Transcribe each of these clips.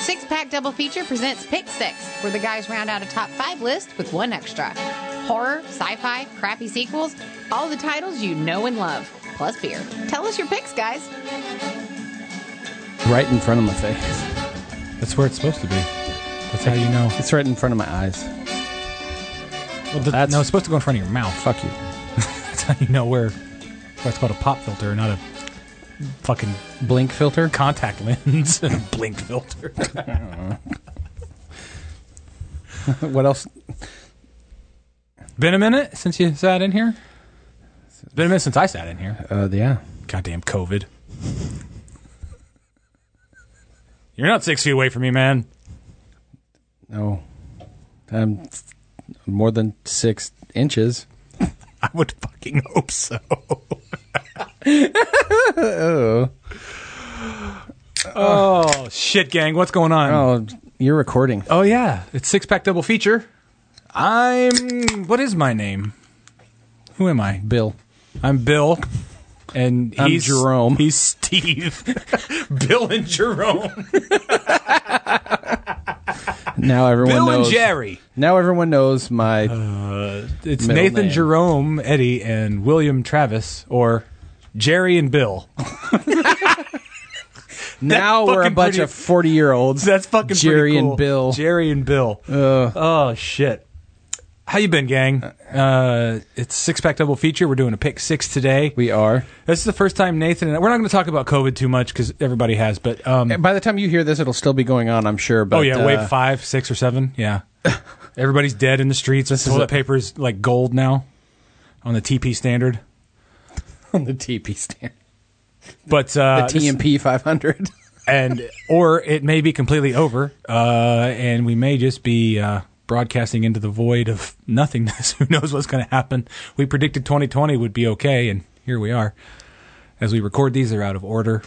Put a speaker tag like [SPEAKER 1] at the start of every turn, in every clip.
[SPEAKER 1] Six Pack Double Feature presents Pick Six, where the guys round out a top five list with one extra. Horror, sci fi, crappy sequels, all the titles you know and love, plus beer. Tell us your picks, guys.
[SPEAKER 2] Right in front of my face.
[SPEAKER 3] That's where it's supposed to be. That's how you know.
[SPEAKER 2] It's right in front of my eyes.
[SPEAKER 3] Well, the,
[SPEAKER 2] That's-
[SPEAKER 3] no, it's supposed to go in front of your mouth.
[SPEAKER 2] Fuck you.
[SPEAKER 3] That's how you know where. That's called a pop filter, not a fucking
[SPEAKER 2] Blink filter.
[SPEAKER 3] contact lens and a blink filter.
[SPEAKER 2] what else?
[SPEAKER 3] Been a minute since you sat in here. It's been a minute since I sat in here.
[SPEAKER 2] Uh, yeah.
[SPEAKER 3] Goddamn COVID. You're not six feet away from me, man.
[SPEAKER 2] No. I'm f- more than six inches.
[SPEAKER 3] I would fucking hope so. oh shit, gang! What's going on?
[SPEAKER 2] Oh, you're recording.
[SPEAKER 3] Oh yeah, it's six pack double feature. I'm what is my name? Who am I?
[SPEAKER 2] Bill.
[SPEAKER 3] I'm Bill, and
[SPEAKER 2] I'm
[SPEAKER 3] he's
[SPEAKER 2] Jerome.
[SPEAKER 3] He's Steve. Bill and Jerome.
[SPEAKER 2] Now everyone
[SPEAKER 3] Bill
[SPEAKER 2] knows.
[SPEAKER 3] and Jerry.
[SPEAKER 2] Now everyone knows my.
[SPEAKER 3] It's
[SPEAKER 2] Middle
[SPEAKER 3] Nathan,
[SPEAKER 2] name.
[SPEAKER 3] Jerome, Eddie, and William Travis, or Jerry and Bill.
[SPEAKER 2] now
[SPEAKER 3] that's
[SPEAKER 2] we're a
[SPEAKER 3] fucking
[SPEAKER 2] bunch
[SPEAKER 3] pretty-
[SPEAKER 2] of 40 year olds.
[SPEAKER 3] That's fucking pretty
[SPEAKER 2] Jerry
[SPEAKER 3] cool.
[SPEAKER 2] and Bill.
[SPEAKER 3] Jerry and Bill. oh shit. How you been, gang? Uh, it's six pack double feature. We're doing a pick six today.
[SPEAKER 2] we are.
[SPEAKER 3] This is the first time Nathan and I, we're not going to talk about COVID too much because everybody has, but um,
[SPEAKER 2] By the time you hear this, it'll still be going on, I'm sure. But
[SPEAKER 3] oh yeah,
[SPEAKER 2] uh,
[SPEAKER 3] wave five, six, or seven, yeah. Everybody's dead in the streets.
[SPEAKER 2] This is
[SPEAKER 3] Toilet
[SPEAKER 2] a-
[SPEAKER 3] paper is like gold now on the TP standard.
[SPEAKER 2] on the TP stand.
[SPEAKER 3] But uh,
[SPEAKER 2] The TMP 500.
[SPEAKER 3] and or it may be completely over, uh, and we may just be uh, broadcasting into the void of nothingness. Who knows what's going to happen? We predicted 2020 would be okay, and here we are. As we record these, they're out of order.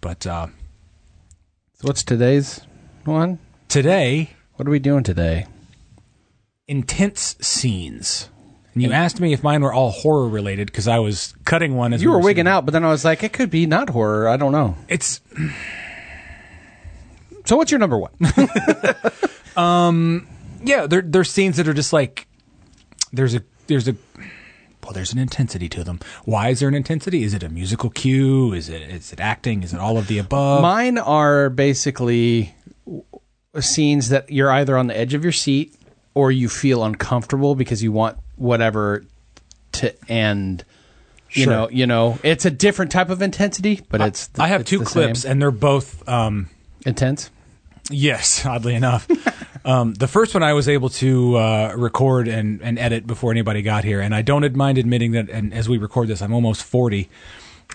[SPEAKER 3] But uh,
[SPEAKER 2] So what's today's one?
[SPEAKER 3] today,
[SPEAKER 2] What are we doing today?
[SPEAKER 3] intense scenes. And you asked me if mine were all horror related because I was cutting one. As
[SPEAKER 2] You
[SPEAKER 3] we
[SPEAKER 2] were wigging
[SPEAKER 3] sitting-
[SPEAKER 2] out, but then I was like, it could be not horror. I don't know.
[SPEAKER 3] It's
[SPEAKER 2] So what's your number one?
[SPEAKER 3] yeah. There, there's scenes that are just like there's a there's a well there's an intensity to them. Why is there an intensity? Is it a musical cue? Is it is it acting? Is it all of the above?
[SPEAKER 2] Mine are basically w- scenes that you're either on the edge of your seat or you feel uncomfortable because you want whatever to end. You
[SPEAKER 3] Sure.
[SPEAKER 2] know, you know, it's a different type of intensity, but it's the-
[SPEAKER 3] I have
[SPEAKER 2] it's
[SPEAKER 3] two
[SPEAKER 2] the
[SPEAKER 3] clips
[SPEAKER 2] same.
[SPEAKER 3] and they're both um,
[SPEAKER 2] intense.
[SPEAKER 3] Yes, oddly enough. um, the first one I was able to uh, record and, and edit before anybody got here, and I don't ad- mind admitting that. And as we record this, I'm almost forty.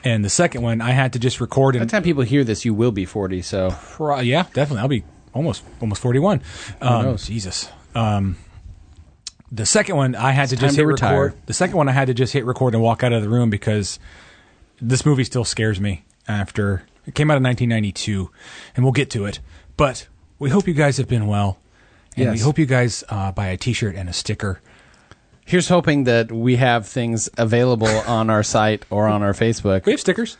[SPEAKER 3] And the second one, I had to just record
[SPEAKER 2] By
[SPEAKER 3] and
[SPEAKER 2] the time people hear this, you will be forty. So
[SPEAKER 3] pro- yeah, definitely, I'll be almost almost forty one. Um,
[SPEAKER 2] knows?
[SPEAKER 3] Jesus. Um, the second one, I had to
[SPEAKER 2] time
[SPEAKER 3] just
[SPEAKER 2] to
[SPEAKER 3] hit
[SPEAKER 2] retire.
[SPEAKER 3] record. The second one, I had to just hit record and walk out of the room because this movie still scares me. After it came out in 1992, and we'll get to it. But we hope you guys have been well. And we
[SPEAKER 2] Yes.
[SPEAKER 3] hope you guys uh, buy a T-shirt and a sticker.
[SPEAKER 2] here's hoping that we have things available on our site or on our Facebook.
[SPEAKER 3] We have stickers.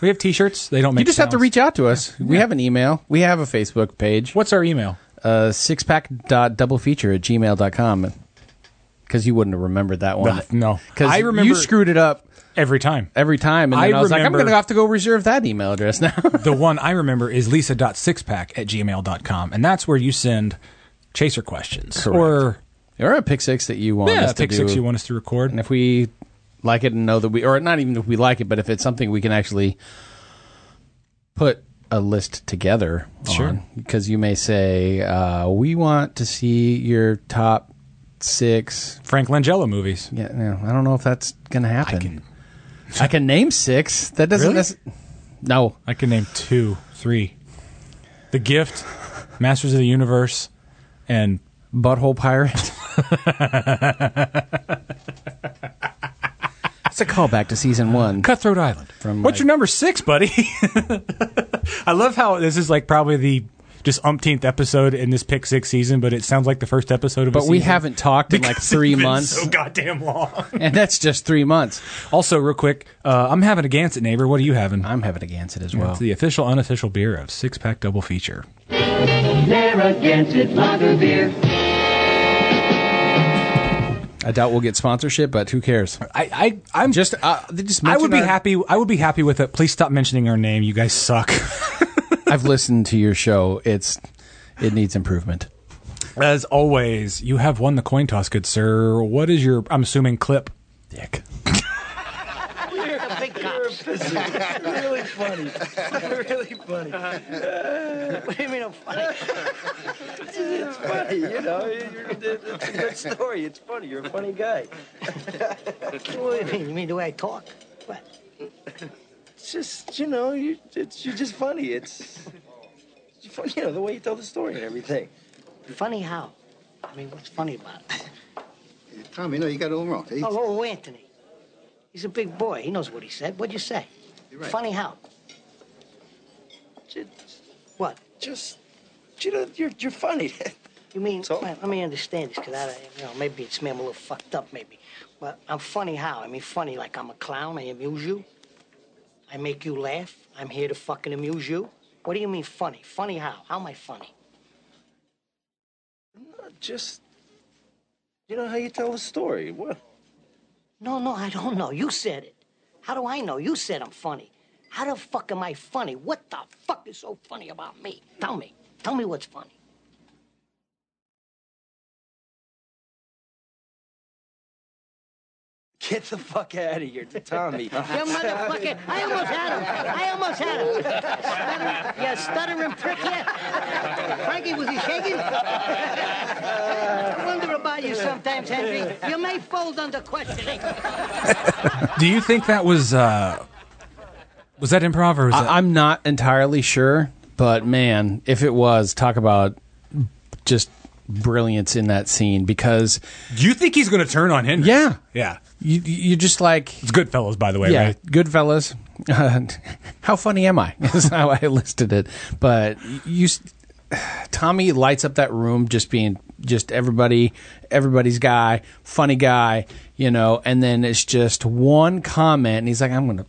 [SPEAKER 3] We have T-shirts. They don't make.
[SPEAKER 2] You just have to
[SPEAKER 3] sounds.
[SPEAKER 2] reach out to us. We have an email. We have a Facebook page.
[SPEAKER 3] What's our email?
[SPEAKER 2] uh, sixpack.doublefeature at gmail.com because you wouldn't have remembered that one.
[SPEAKER 3] Ugh, no.
[SPEAKER 2] because
[SPEAKER 3] I
[SPEAKER 2] you
[SPEAKER 3] remember-
[SPEAKER 2] screwed it up
[SPEAKER 3] Every time.
[SPEAKER 2] every time, and
[SPEAKER 3] I
[SPEAKER 2] then I, was like, I'm
[SPEAKER 3] remember-
[SPEAKER 2] going to have to go reserve that email address now.
[SPEAKER 3] the one I remember is lisa.sixpack at gmail.com. And that's where you send chaser questions.
[SPEAKER 2] Correct.
[SPEAKER 3] Or
[SPEAKER 2] or a pick six that you want
[SPEAKER 3] yeah,
[SPEAKER 2] us to
[SPEAKER 3] pick
[SPEAKER 2] do,
[SPEAKER 3] six you want us to record.
[SPEAKER 2] and if we like it and know that we, or not even if we like it, but if it's something we can actually put a list together,
[SPEAKER 3] Sure.
[SPEAKER 2] because you may say uh, we want to see your top six.
[SPEAKER 3] Frank Langella movies.
[SPEAKER 2] Yeah, no, I don't know if that's going to happen.
[SPEAKER 3] I can
[SPEAKER 2] I can name six. That doesn't.
[SPEAKER 3] Really?
[SPEAKER 2] necess- no,
[SPEAKER 3] I can name two, three. The Gift, Masters of the Universe, and
[SPEAKER 2] butthole pirate. it's a callback to season one.
[SPEAKER 3] Cutthroat Island.
[SPEAKER 2] From
[SPEAKER 3] What's
[SPEAKER 2] like-
[SPEAKER 3] your number six, buddy? I love how this is like probably the just umpteenth episode in this pick six season, but it sounds like the first episode of.
[SPEAKER 2] But
[SPEAKER 3] a
[SPEAKER 2] we
[SPEAKER 3] season.
[SPEAKER 2] haven't talked in like
[SPEAKER 3] Because
[SPEAKER 2] three
[SPEAKER 3] it's been
[SPEAKER 2] months,
[SPEAKER 3] So goddamn long.
[SPEAKER 2] and that's just three months.
[SPEAKER 3] also, real quick, uh, I'm having a Gansett neighbor. What are you having?
[SPEAKER 2] I'm having a Gansett as well.
[SPEAKER 3] It's the official unofficial beer of Six Pack Double Feature.
[SPEAKER 4] Narragansett Lager Beer.
[SPEAKER 2] I doubt we'll get sponsorship, but who cares?
[SPEAKER 3] I, I I'm
[SPEAKER 2] Just, uh, they just
[SPEAKER 3] I
[SPEAKER 2] mentioned
[SPEAKER 3] would be
[SPEAKER 2] our-
[SPEAKER 3] happy. I would be happy with it. Please stop mentioning our name. You guys suck.
[SPEAKER 2] I've listened to your show. It's it needs improvement.
[SPEAKER 3] As always, you have won the coin toss, good sir. What is your? I'm assuming clip.
[SPEAKER 2] Dick.
[SPEAKER 5] really funny. really funny. what do you mean I'm funny? it's, it's funny, you know. You're, it's a good story. It's funny. You're a funny guy. what do you mean? You mean the way I talk? What? It's just, you know, you, it's, you're just funny. It's, it's funny, you know, the way you tell the story and everything.
[SPEAKER 6] Funny how? I mean, what's funny about it?
[SPEAKER 7] Tommy, no, you got it all wrong. He-
[SPEAKER 6] Oh, oh, Anthony. He's a big boy. He knows what he said. What'd you say?
[SPEAKER 7] You're right.
[SPEAKER 6] Funny how?
[SPEAKER 5] It's
[SPEAKER 6] What?
[SPEAKER 5] just, you know, you're, you're funny.
[SPEAKER 6] You mean?
[SPEAKER 5] So?
[SPEAKER 6] Well, let me understand this, because I, don't- you know, maybe it's me. I'm a little fucked up, maybe. But I'm funny how? I mean, funny like I'm a clown. I amuse you. I make you laugh. I'm here to fucking amuse you. What do you mean funny? Funny how? How am I funny?
[SPEAKER 5] just, you know how you tell the story. What?
[SPEAKER 6] No, no, I don't know. You said it. How do I know? You said I'm funny. How the fuck am I funny? What the fuck is so funny about me? Tell me. Tell me what's funny.
[SPEAKER 5] Get the fuck out of here, Tommy.
[SPEAKER 6] You motherfucker! I almost had him. I almost had him. Stutter, you stuttering prick! You. Frankie, was he shaking? I wonder about you sometimes, Henry. You may fold under questioning.
[SPEAKER 3] Do you think that was uh, was that improv or was that?
[SPEAKER 2] I, I'm not entirely sure, but man, if it was, talk about just brilliance in that scene because
[SPEAKER 3] do you think he's going to turn on Henry?
[SPEAKER 2] Yeah.
[SPEAKER 3] yeah.
[SPEAKER 2] you you just like
[SPEAKER 3] It's Goodfellas, by the way.
[SPEAKER 2] yeah,
[SPEAKER 3] Right?
[SPEAKER 2] Goodfellas. how funny am I? Is how I listed it. But you, s- Tommy lights up that room just being just everybody, everybody's guy, funny guy, you know. And then it's just one comment, and he's like, "I'm gonna."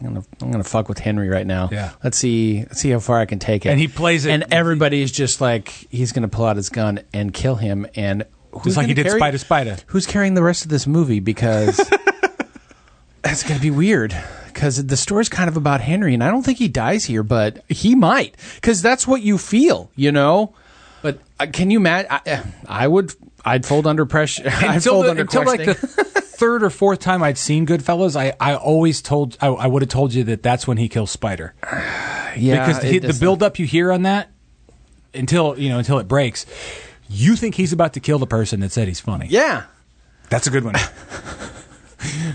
[SPEAKER 2] I'm gonna, I'm gonna fuck with Henry right now.
[SPEAKER 3] Yeah.
[SPEAKER 2] Let's see. Let's see how far I can take it.
[SPEAKER 3] And he plays it-
[SPEAKER 2] And everybody is just like he's gonna pull out his gun and kill him. And who's
[SPEAKER 3] Just like he
[SPEAKER 2] gonna
[SPEAKER 3] did
[SPEAKER 2] carry-
[SPEAKER 3] Spider Spider.
[SPEAKER 2] who's carrying the rest of this movie because that's going to be weird because the story's kind of about henry and i don't think he dies here but he might because that's what you feel you know but uh, can you imagine I, uh, I would i'd fold under pressure i'd
[SPEAKER 3] until,
[SPEAKER 2] fold
[SPEAKER 3] the,
[SPEAKER 2] under
[SPEAKER 3] until like the
[SPEAKER 2] questioning.
[SPEAKER 3] third or fourth time I'd seen Goodfellas, I, I always told I, I would have told you that that's when he kills Spider
[SPEAKER 2] yeah,
[SPEAKER 3] because
[SPEAKER 2] it
[SPEAKER 3] the, the
[SPEAKER 2] doesn't-
[SPEAKER 3] build up you hear on that until you know until it breaks, you think he's about to kill the person that said he's funny.
[SPEAKER 2] yeah
[SPEAKER 3] that's a good one.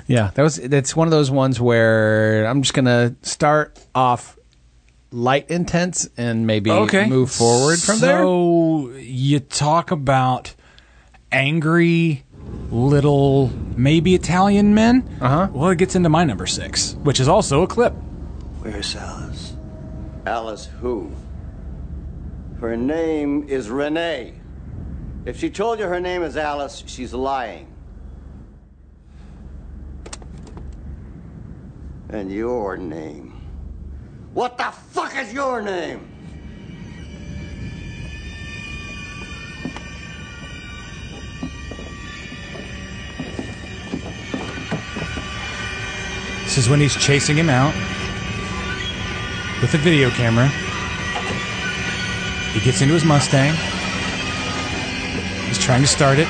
[SPEAKER 2] Yeah, that was that's one of those ones where I'm just gonna start off light intense and maybe move forward from
[SPEAKER 3] so
[SPEAKER 2] there.
[SPEAKER 3] you talk about angry little maybe Italian men. Uh huh.
[SPEAKER 2] Uh-huh.
[SPEAKER 3] Well, it gets into my number six, which is also a clip.
[SPEAKER 5] Where's Alice? Alice who? Her name is Renee. If she told you her name is Alice, she's lying. And your name. What the fuck is your name?
[SPEAKER 3] This is when he's chasing him out with a video camera. He gets into his Mustang. He's trying to start it.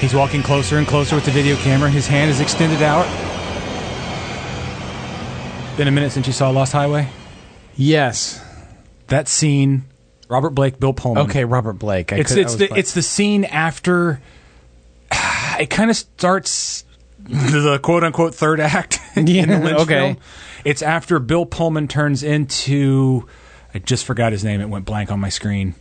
[SPEAKER 3] He's walking closer and closer with the video camera. His hand is extended out. Been a minute since you saw Lost Highway.
[SPEAKER 2] yes.
[SPEAKER 3] That scene, Robert Blake, Bill Pullman.
[SPEAKER 2] Okay, Robert Blake. I
[SPEAKER 3] Um, It's
[SPEAKER 2] could- I
[SPEAKER 3] it's
[SPEAKER 2] was
[SPEAKER 3] the
[SPEAKER 2] like-
[SPEAKER 3] it's the scene after. It kind of starts the quote unquote third act in
[SPEAKER 2] Yeah,
[SPEAKER 3] the Lynch
[SPEAKER 2] okay.
[SPEAKER 3] film. It's after Bill Pullman turns into. I just forgot his name. It went blank on my screen.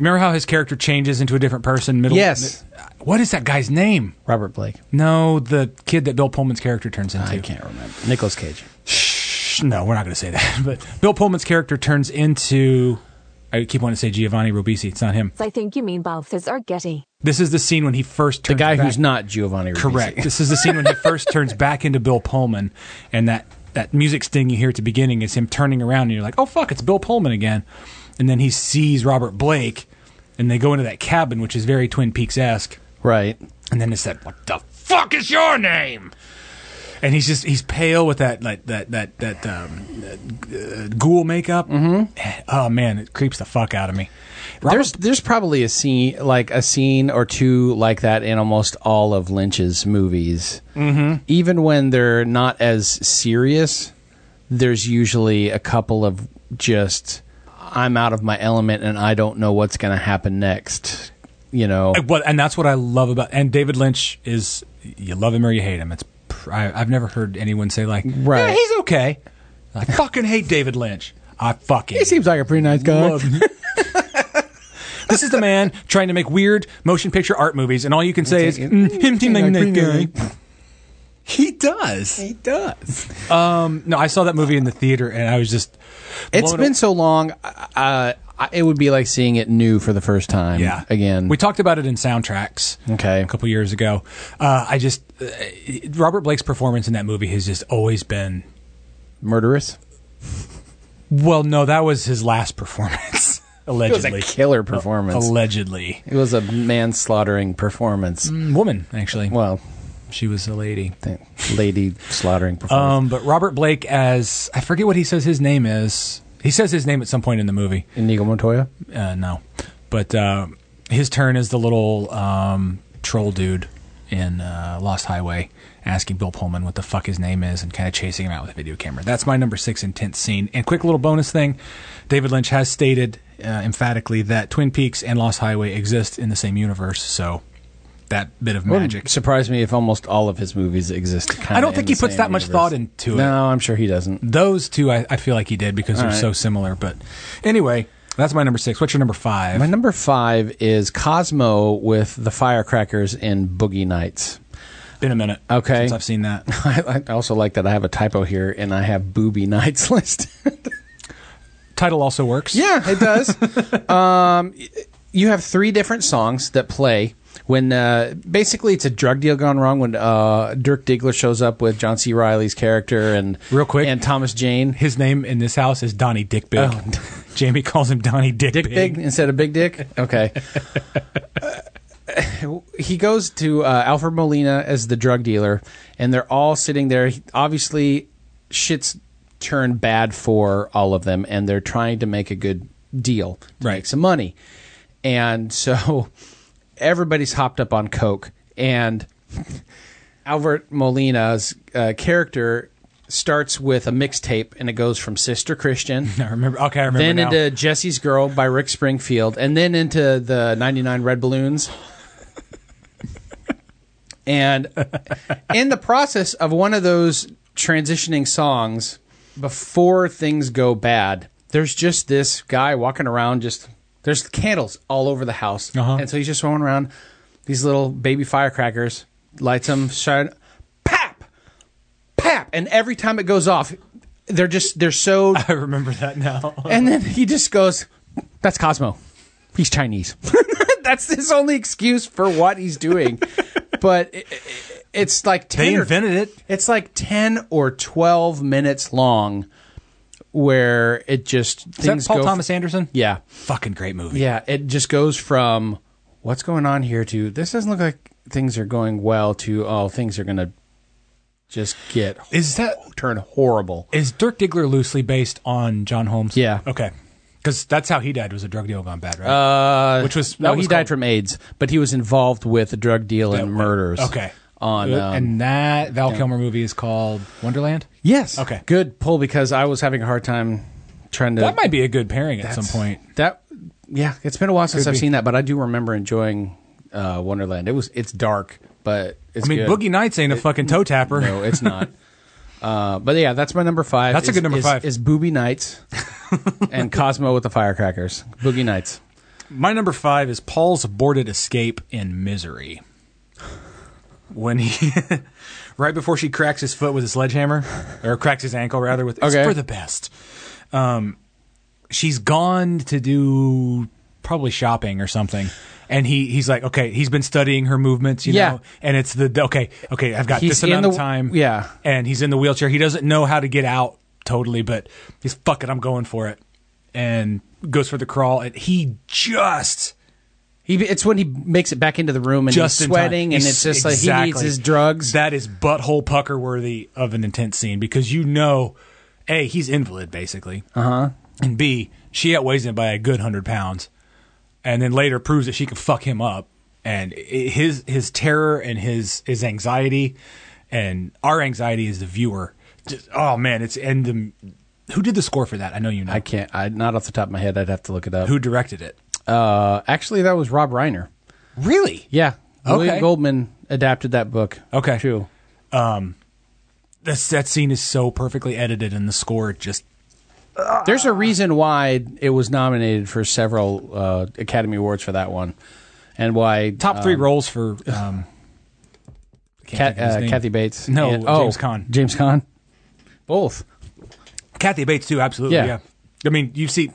[SPEAKER 3] Remember how his character changes into a different person? Middle.
[SPEAKER 2] Yes.
[SPEAKER 3] What is that guy's name?
[SPEAKER 2] Robert Blake.
[SPEAKER 3] No, the kid that Bill Pullman's character turns into.
[SPEAKER 2] I can't remember. Nicolas Cage.
[SPEAKER 3] Shh, no, we're not going to say that. But Bill Pullman's character turns into I keep wanting to say Giovanni Ribisi. It's not him.
[SPEAKER 4] I think you mean Balthazar Getty.
[SPEAKER 3] This is the scene when he first turns
[SPEAKER 2] The guy
[SPEAKER 3] back-
[SPEAKER 2] who's not Giovanni Ribisi.
[SPEAKER 3] Correct. This is the scene when he first turns back into Bill Pullman, and that that music sting you hear at the beginning is him turning around, and you're like, "Oh fuck, it's Bill Pullman again," and then he sees Robert Blake, and they go into that cabin, which is very Twin Peaks esque,
[SPEAKER 2] Right.
[SPEAKER 3] and then it's that, "What the fuck is your name?" And he's just he's pale with that like that that that um, uh, ghoul makeup. Mm-hmm. Oh man, it creeps the fuck out of me. Robert
[SPEAKER 2] There's there's probably a scene like a scene or two like that in almost all of Lynch's movies. Mm-hmm. Even when they're not as serious, there's usually a couple of just I'm out of my element and I don't know what's going to happen next. You know,
[SPEAKER 3] What and that's what I love about and David Lynch is you love him or you hate him. It's pr- I, have never heard anyone say like,
[SPEAKER 2] Right.
[SPEAKER 3] "Yeah, he's okay." I fucking hate David Lynch. I fucking
[SPEAKER 2] he seems like a pretty nice guy.
[SPEAKER 3] love him. this is the man trying to make weird motion picture art movies, and all you can say is "Mm, him seem like that guy." He does.
[SPEAKER 2] He does.
[SPEAKER 3] No, I saw that movie in the theater, and I was just
[SPEAKER 2] It's
[SPEAKER 3] blown
[SPEAKER 2] been so long. Uh, I- it would be like seeing it new for the first time.
[SPEAKER 3] yeah
[SPEAKER 2] Again.
[SPEAKER 3] we talked about it in soundtracks
[SPEAKER 2] Okay.
[SPEAKER 3] a couple years ago uh, i just uh, robert blake's performance in that movie has just always been
[SPEAKER 2] Murderous.
[SPEAKER 3] well no that was his last performance
[SPEAKER 2] It
[SPEAKER 3] allegedly
[SPEAKER 2] was a killer performance.
[SPEAKER 3] allegedly
[SPEAKER 2] it was a manslaughtering performance.
[SPEAKER 3] woman actually
[SPEAKER 2] Well,
[SPEAKER 3] she was a lady
[SPEAKER 2] th- lady slaughtering performance.
[SPEAKER 3] um, but robert blake as i forget what he says his name is he says his name at some point in the movie
[SPEAKER 2] Inigo Montoya.
[SPEAKER 3] uh, no but uh, his turn is the little um, troll dude in uh, lost highway asking bill pullman what the fuck his name is and kind of chasing him out with a video camera that's my number six intense scene and quick little bonus thing david lynch has stated uh, emphatically that twin peaks and lost highway exist in the same universe so that bit of magic
[SPEAKER 2] Wouldn't surprise me if almost all of his movies exist. kinda
[SPEAKER 3] I don't think
[SPEAKER 2] in
[SPEAKER 3] he
[SPEAKER 2] the
[SPEAKER 3] puts
[SPEAKER 2] same
[SPEAKER 3] that much
[SPEAKER 2] universe.
[SPEAKER 3] thought into it.
[SPEAKER 2] No, I'm sure he doesn't.
[SPEAKER 3] those two I, I feel like he did because they're
[SPEAKER 2] right.
[SPEAKER 3] so similar but anyway that's my number six what's your number five
[SPEAKER 2] My number five is Cosmo with the firecrackers in Boogie Nights.
[SPEAKER 3] been a minute
[SPEAKER 2] Okay.
[SPEAKER 3] since i've seen that
[SPEAKER 2] I, I also like that I have a typo here and I have Booby Nights listed.
[SPEAKER 3] title also works
[SPEAKER 2] Yeah, it does. um, y- you have three different songs that play when uh, basically it's a drug deal gone wrong. When uh, Dirk Diggler shows up with John C. Riley's character and
[SPEAKER 3] Real quick.
[SPEAKER 2] and Thomas Jane,
[SPEAKER 3] His name in this house is Donnie Dick Big. Jamie calls him Donnie Dick,
[SPEAKER 2] Oh. Dick Big instead of Big Dick. Okay. Uh, He goes to uh, Alfred Molina as the drug dealer, and they're all sitting there. He- Obviously, shit's turned bad for all of them, and they're trying to make a good deal to
[SPEAKER 3] Right.
[SPEAKER 2] make some money. And so everybody's hopped up on coke, and Albert Molina's uh, character starts with a mixtape, and it goes from Sister Christian.
[SPEAKER 3] I remember. Okay, I remember
[SPEAKER 2] then
[SPEAKER 3] now.
[SPEAKER 2] into Jesse's Girl by Rick Springfield, and then into the 99 Red Balloons. and in the process of one of those transitioning songs, before things go bad, there's just this guy walking around, just there's candles all over the house.
[SPEAKER 3] Uh-huh.
[SPEAKER 2] And so he's just rolling around these little baby firecrackers, lights them, shine, pap, pap. And every time it goes off, they're just, they're so
[SPEAKER 3] I remember that now.
[SPEAKER 2] and then he just goes, "That's Cosmo. He's Chinese." That's his only excuse for what he's doing. but it, it- it's like ten.
[SPEAKER 3] They
[SPEAKER 2] or-
[SPEAKER 3] invented it.
[SPEAKER 2] It's like ten or twelve minutes long, where it just
[SPEAKER 3] Is that
[SPEAKER 2] things
[SPEAKER 3] Paul
[SPEAKER 2] go.
[SPEAKER 3] Thomas Anderson?
[SPEAKER 2] yeah,
[SPEAKER 3] Fucking great movie.
[SPEAKER 2] yeah. It just goes from what's going on here to this doesn't look like things are going well to oh things are gonna just get
[SPEAKER 3] Is that
[SPEAKER 2] turn horrible.
[SPEAKER 3] is Dirk Diggler loosely based on John Holmes?
[SPEAKER 2] Yeah.
[SPEAKER 3] Okay. Because that's how he died was a drug deal gone bad, right?
[SPEAKER 2] Uh,
[SPEAKER 3] Which was-
[SPEAKER 2] no,
[SPEAKER 3] that was
[SPEAKER 2] he died
[SPEAKER 3] called-
[SPEAKER 2] from AIDS, but he was involved with a drug deal and murders.
[SPEAKER 3] okay.
[SPEAKER 2] on
[SPEAKER 3] Uh,
[SPEAKER 2] um,
[SPEAKER 3] and that Val Kilmer movie is called Wonderland.
[SPEAKER 2] yes,
[SPEAKER 3] okay.
[SPEAKER 2] good pull because I was having a hard time trying to.
[SPEAKER 3] That might be a good pairing at some point.
[SPEAKER 2] that. Yeah, it's been a while since I've
[SPEAKER 3] be.
[SPEAKER 2] seen that, but I do remember enjoying uh, Wonderland. It was it's dark, but it's
[SPEAKER 3] I mean,
[SPEAKER 2] good.
[SPEAKER 3] Boogie Nights ain't a fucking toe tapper.
[SPEAKER 2] No, it's not. Uh, but yeah, that's my number five.
[SPEAKER 3] That's a
[SPEAKER 2] is-
[SPEAKER 3] good number
[SPEAKER 2] is-
[SPEAKER 3] five.
[SPEAKER 2] Is Booby Nights and Cosmo with the firecrackers. Boogie Nights.
[SPEAKER 3] My number five is Paul's aborted escape in misery. When he, right before she cracks his foot with a sledgehammer, or cracks his ankle rather with, it's
[SPEAKER 2] Okay.
[SPEAKER 3] for the best. Um, she's gone to do probably shopping or something. And he, he's like, okay, he's been studying her movements, you
[SPEAKER 2] Yeah.
[SPEAKER 3] know, and it's the okay, okay, I've got
[SPEAKER 2] He's
[SPEAKER 3] this
[SPEAKER 2] in
[SPEAKER 3] amount of
[SPEAKER 2] the-
[SPEAKER 3] time,
[SPEAKER 2] yeah.
[SPEAKER 3] and he's in the wheelchair. He doesn't know how to get out totally, but he's fuck it, I'm going for it, and goes for the crawl. And he just
[SPEAKER 2] He, it's when he makes it back into the room and
[SPEAKER 3] just
[SPEAKER 2] he's
[SPEAKER 3] in time.
[SPEAKER 2] sweating, and
[SPEAKER 3] He's-
[SPEAKER 2] it's just like he
[SPEAKER 3] exactly.
[SPEAKER 2] needs his drugs.
[SPEAKER 3] That is butthole pucker worthy of an intense scene because you know, a he's invalid basically, uh
[SPEAKER 2] Uh-huh.
[SPEAKER 3] huh, and b she outweighs him by a good hundred pounds, and then later proves that she can fuck him up, and i- his his terror and his his anxiety, and our anxiety as the viewer. Just, oh man, it's and the who did the score for that? I know you know.
[SPEAKER 2] I can't. I not off the top of my head. I'd have to look it up.
[SPEAKER 3] who directed it?
[SPEAKER 2] Uh, actually, that was Rob Reiner.
[SPEAKER 3] Really?
[SPEAKER 2] Yeah, William
[SPEAKER 3] Okay.
[SPEAKER 2] Goldman adapted that book.
[SPEAKER 3] Okay.
[SPEAKER 2] too.
[SPEAKER 3] That's, that scene is so perfectly edited, and the score just
[SPEAKER 2] There's a reason why it was nominated for several uh, Academy Awards for that one, and why
[SPEAKER 3] top
[SPEAKER 2] uh,
[SPEAKER 3] three roles for um,
[SPEAKER 2] Cat,
[SPEAKER 3] I can't think of his
[SPEAKER 2] uh,
[SPEAKER 3] name.
[SPEAKER 2] Kathy Bates.
[SPEAKER 3] No,
[SPEAKER 2] and- oh,
[SPEAKER 3] James Caan.
[SPEAKER 2] James Caan. Both.
[SPEAKER 3] Kathy Bates too. Absolutely,
[SPEAKER 2] Yeah.
[SPEAKER 3] yeah. I mean, you see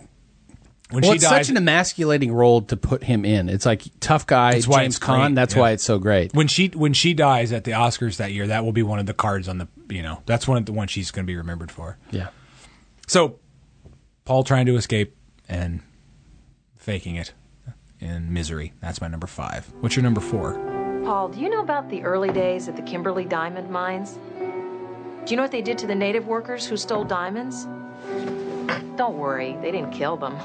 [SPEAKER 3] when
[SPEAKER 2] Well,
[SPEAKER 3] she
[SPEAKER 2] it's
[SPEAKER 3] dies,
[SPEAKER 2] such an emasculating role to put him in. It's like tough guy
[SPEAKER 3] That's why
[SPEAKER 2] James
[SPEAKER 3] it's great,
[SPEAKER 2] Caan. That's
[SPEAKER 3] yeah.
[SPEAKER 2] why it's so great.
[SPEAKER 3] when she when she dies at the Oscars that year, that will be one of the cards on the you know that's one of the one she's going to be remembered for.
[SPEAKER 2] Yeah.
[SPEAKER 3] So Paul trying to escape and faking it in misery. That's my number five. What's your number four?
[SPEAKER 8] Paul, do you know about the early days at the Kimberly Diamond Mines? Do you know what they did to the native workers who stole diamonds? Don't worry, they didn't kill them.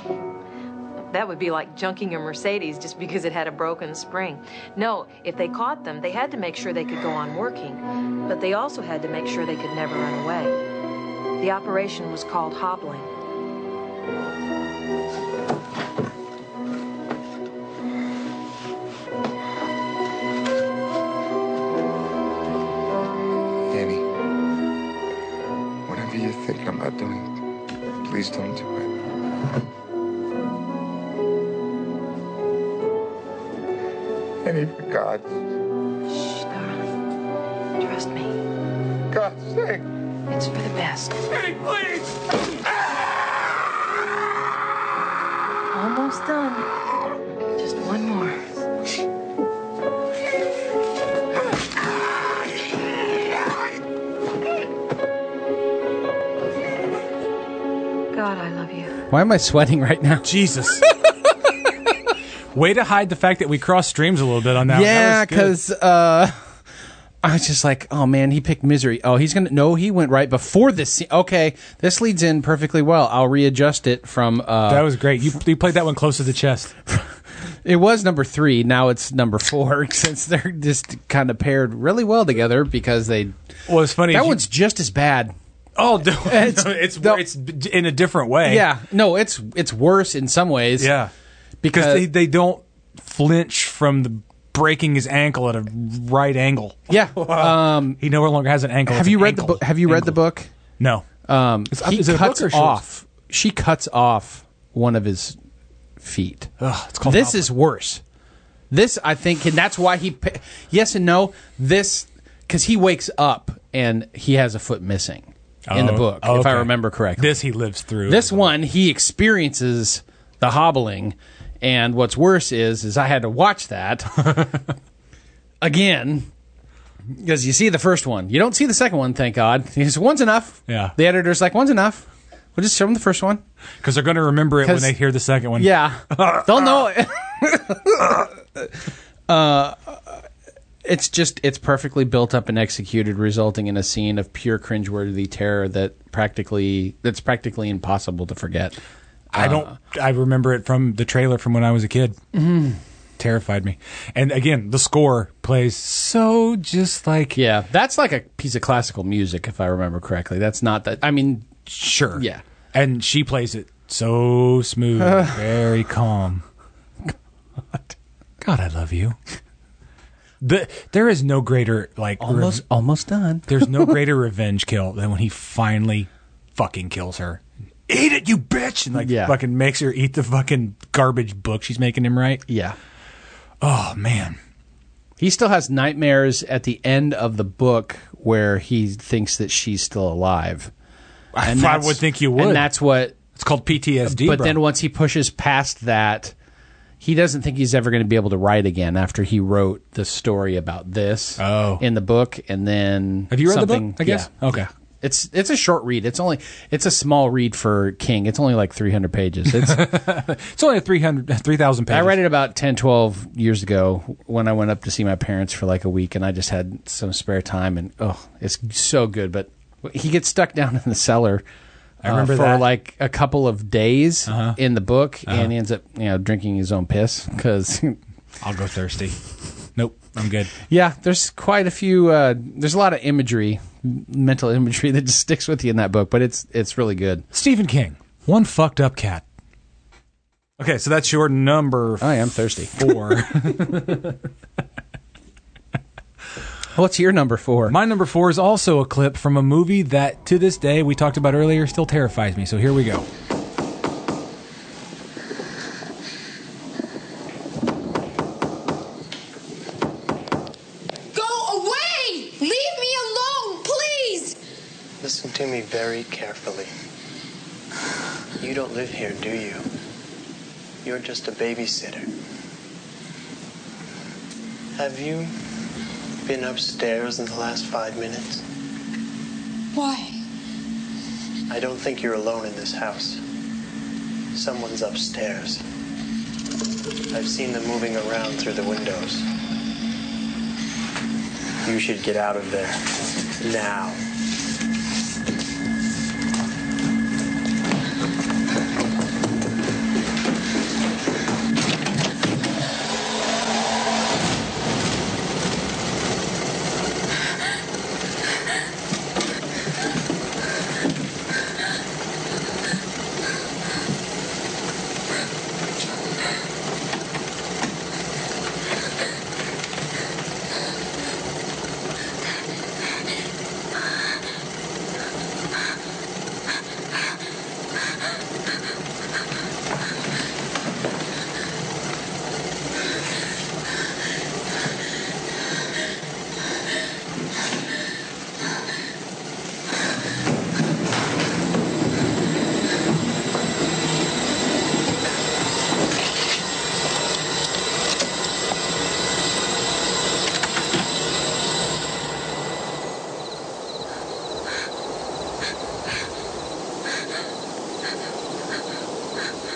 [SPEAKER 8] That would be like junking a Mercedes just because it had a broken spring. No, if they caught them, they had to make sure they could go on working, but they also had to make sure they could never run away. The operation was called hobbling.
[SPEAKER 9] Danny, whatever you're thinking about doing, please don't do it. Danny, for God's,
[SPEAKER 8] Shh, darling. Trust me.
[SPEAKER 9] God's sake.
[SPEAKER 8] It's for the best.
[SPEAKER 9] Danny, please!
[SPEAKER 8] Almost done. Just one more. God, I love you.
[SPEAKER 2] Why am I sweating right now?
[SPEAKER 3] Jesus. Way to hide the fact that we crossed streams a little bit on that. one. That
[SPEAKER 2] yeah,
[SPEAKER 3] was good.
[SPEAKER 2] because uh, I was just like, oh man, he picked misery. Oh, he's gonna no, he went right before this. scene. Okay, this leads in perfectly well. I'll readjust it from. Uh,
[SPEAKER 3] that was great. You, you played that one close to the chest.
[SPEAKER 2] it was number three. Now it's number four since they're just kind of paired really well together because they.
[SPEAKER 3] Well, it's funny.
[SPEAKER 2] That
[SPEAKER 3] you-
[SPEAKER 2] one's just as bad.
[SPEAKER 3] Oh, no,
[SPEAKER 2] It's-
[SPEAKER 3] it's it's,
[SPEAKER 2] the-
[SPEAKER 3] it's d- in a different way.
[SPEAKER 2] Yeah, no, it's it's worse in some ways.
[SPEAKER 3] yeah, because
[SPEAKER 2] because
[SPEAKER 3] they, they don't flinch from the breaking his ankle at a right angle.
[SPEAKER 2] yeah. Um,
[SPEAKER 3] He no longer has an ankle.
[SPEAKER 2] have
[SPEAKER 3] It's
[SPEAKER 2] you
[SPEAKER 3] an
[SPEAKER 2] read the
[SPEAKER 3] ankle.
[SPEAKER 2] book? Have you read the
[SPEAKER 3] Ankle.
[SPEAKER 2] book?
[SPEAKER 3] No.
[SPEAKER 2] Um, he
[SPEAKER 3] is it a book
[SPEAKER 2] cuts
[SPEAKER 3] or shorts?
[SPEAKER 2] off. She cuts off one of his feet.
[SPEAKER 3] Ugh, it's called
[SPEAKER 2] this
[SPEAKER 3] Hobbling.
[SPEAKER 2] is worse. This I think, and that's why he. pi- Yes and no. This because he wakes up and he has a foot missing in the
[SPEAKER 3] Oh,
[SPEAKER 2] book, if I
[SPEAKER 3] okay.
[SPEAKER 2] remember correctly.
[SPEAKER 3] This he lives through.
[SPEAKER 2] This one he experiences the hobbling, and what's worse is is I had to watch that again because you see the first one, you don't see the second one. Thank God, because one's enough.
[SPEAKER 3] Yeah.
[SPEAKER 2] the editor's like one's enough. We'll just show them the first one.
[SPEAKER 3] because they're going to remember it when
[SPEAKER 2] 'Cause-
[SPEAKER 3] they hear the second one.
[SPEAKER 2] Yeah, they'll know. it. Uh, it's just it's perfectly built up and executed, resulting in a scene of pure cringeworthy terror that practically that's practically impossible to forget.
[SPEAKER 3] I don't. I remember it from the trailer from when I was a kid.
[SPEAKER 2] Mm-hmm.
[SPEAKER 3] Terrified me. And again, the score plays so just like
[SPEAKER 2] Yeah, that's like a piece of classical music, if I remember correctly. That's not that. I mean,
[SPEAKER 3] sure.
[SPEAKER 2] Yeah.
[SPEAKER 3] And she plays it so smooth, and very calm. God, I love you. The, there is no greater like rev-
[SPEAKER 2] almost almost done.
[SPEAKER 3] there's no greater revenge kill than when he finally fucking kills her. Eat it, you bitch! And like
[SPEAKER 2] Yeah.
[SPEAKER 3] fucking makes her eat the fucking garbage book she's making him write.
[SPEAKER 2] Yeah,
[SPEAKER 3] Oh man.
[SPEAKER 2] he still has nightmares at the end of the book where he thinks that she's still alive.
[SPEAKER 3] I
[SPEAKER 2] that's-
[SPEAKER 3] would think you would.
[SPEAKER 2] And that's what
[SPEAKER 3] It's called PTSD.
[SPEAKER 2] but
[SPEAKER 3] bro.
[SPEAKER 2] then once he pushes past that, he doesn't think he's ever going to be able to write again after he wrote the story about this
[SPEAKER 3] Oh.
[SPEAKER 2] in the book. And then
[SPEAKER 3] have you read the
[SPEAKER 2] something-
[SPEAKER 3] book? I guess.
[SPEAKER 2] yeah.
[SPEAKER 3] Okay.
[SPEAKER 2] It's it's a short read. It's only it's a small read for King. It's only like 300 pages. It's
[SPEAKER 3] It's only 300 3,000 pages.
[SPEAKER 2] I read it about 10, 12 years ago when I went up to see my parents for like a week and I just had some spare time and oh, it's so good. But he gets stuck down in the cellar I Uh-huh.
[SPEAKER 3] remember
[SPEAKER 2] for
[SPEAKER 3] that.
[SPEAKER 2] like a couple of days in the book and he ends up, you know, drinking his own piss because,
[SPEAKER 3] I'll go thirsty. Nope, I'm good.
[SPEAKER 2] yeah, there's quite a few, uh, there's a lot of imagery, m- mental imagery that just sticks with you in that book, but it's, it's really good.
[SPEAKER 3] Stephen King, one fucked up cat. Okay, so that's your number
[SPEAKER 2] I am thirsty.
[SPEAKER 3] four.
[SPEAKER 2] What's your number four?
[SPEAKER 3] My number four is also a clip from a movie that, to this day, we talked about earlier, still terrifies me. So here we go.
[SPEAKER 10] Go away! Leave me alone, please!
[SPEAKER 5] Listen to me very carefully. You don't live here, do you? You're just a babysitter. Have you been upstairs in the last five minutes?
[SPEAKER 10] Why?
[SPEAKER 5] I don't think you're alone in this house. Someone's upstairs. I've seen them moving around through the windows. You should get out of there. Now.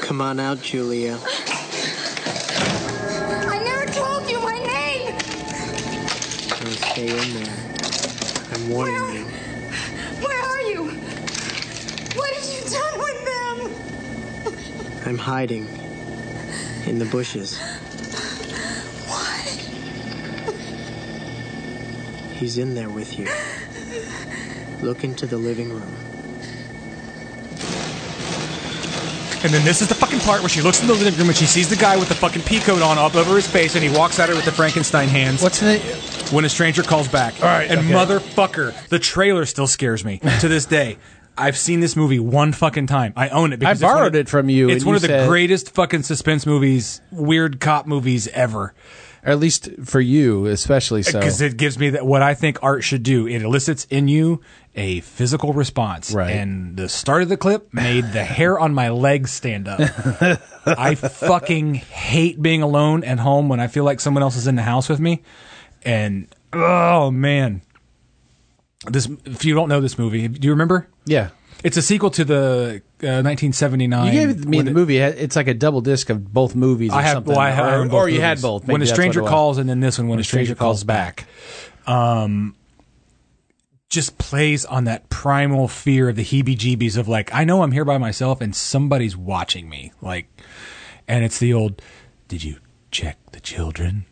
[SPEAKER 5] Come on out, Julia.
[SPEAKER 10] I never told you my name!
[SPEAKER 5] Don't stay in there. I'm warning you.
[SPEAKER 10] Where are you? What have you done with them?
[SPEAKER 5] I'm hiding. In the bushes.
[SPEAKER 10] Why?
[SPEAKER 5] He's in there with you. Look into the living room.
[SPEAKER 3] And then this is the fucking part where she looks in the living room and she sees the guy with the fucking pea coat on up over his face and he walks at her with the Frankenstein hands.
[SPEAKER 2] What's the
[SPEAKER 3] When a stranger calls back. All
[SPEAKER 2] right,
[SPEAKER 3] And
[SPEAKER 2] okay.
[SPEAKER 3] motherfucker, the trailer still scares me to this day. I've seen this movie one fucking time. I own it. Because
[SPEAKER 2] I
[SPEAKER 3] it's one
[SPEAKER 2] borrowed
[SPEAKER 3] of-
[SPEAKER 2] it from you
[SPEAKER 3] It's
[SPEAKER 2] and
[SPEAKER 3] one
[SPEAKER 2] you
[SPEAKER 3] of the
[SPEAKER 2] said-
[SPEAKER 3] greatest fucking suspense movies, weird cop movies ever.
[SPEAKER 2] Or at least for you, especially so.
[SPEAKER 3] because it gives me that what I think art should do. It elicits in you a physical response,
[SPEAKER 2] Right.
[SPEAKER 3] and the start of the clip made the hair on my legs stand up. I fucking hate being alone at home when I feel like someone else is in the house with me, and oh man, this if you don't know this movie, do you remember?
[SPEAKER 2] Yeah.
[SPEAKER 3] It's a sequel to the uh, 1979.
[SPEAKER 2] You gave me
[SPEAKER 3] when
[SPEAKER 2] the
[SPEAKER 3] it-
[SPEAKER 2] movie. It's like a double disc of both movies. Or
[SPEAKER 3] I have,
[SPEAKER 2] something.
[SPEAKER 3] well, I have, I
[SPEAKER 2] or,
[SPEAKER 3] own both
[SPEAKER 2] or you
[SPEAKER 3] movies.
[SPEAKER 2] had both.
[SPEAKER 3] When
[SPEAKER 2] Maybe
[SPEAKER 3] a
[SPEAKER 2] that's
[SPEAKER 3] stranger
[SPEAKER 2] what it was.
[SPEAKER 3] calls, and then this one, when, a stranger, calls back. Um, just plays on that primal fear of the heebie-jeebies of like, I know I'm here by myself and somebody's watching me. Like, and it's the old, did you check the children?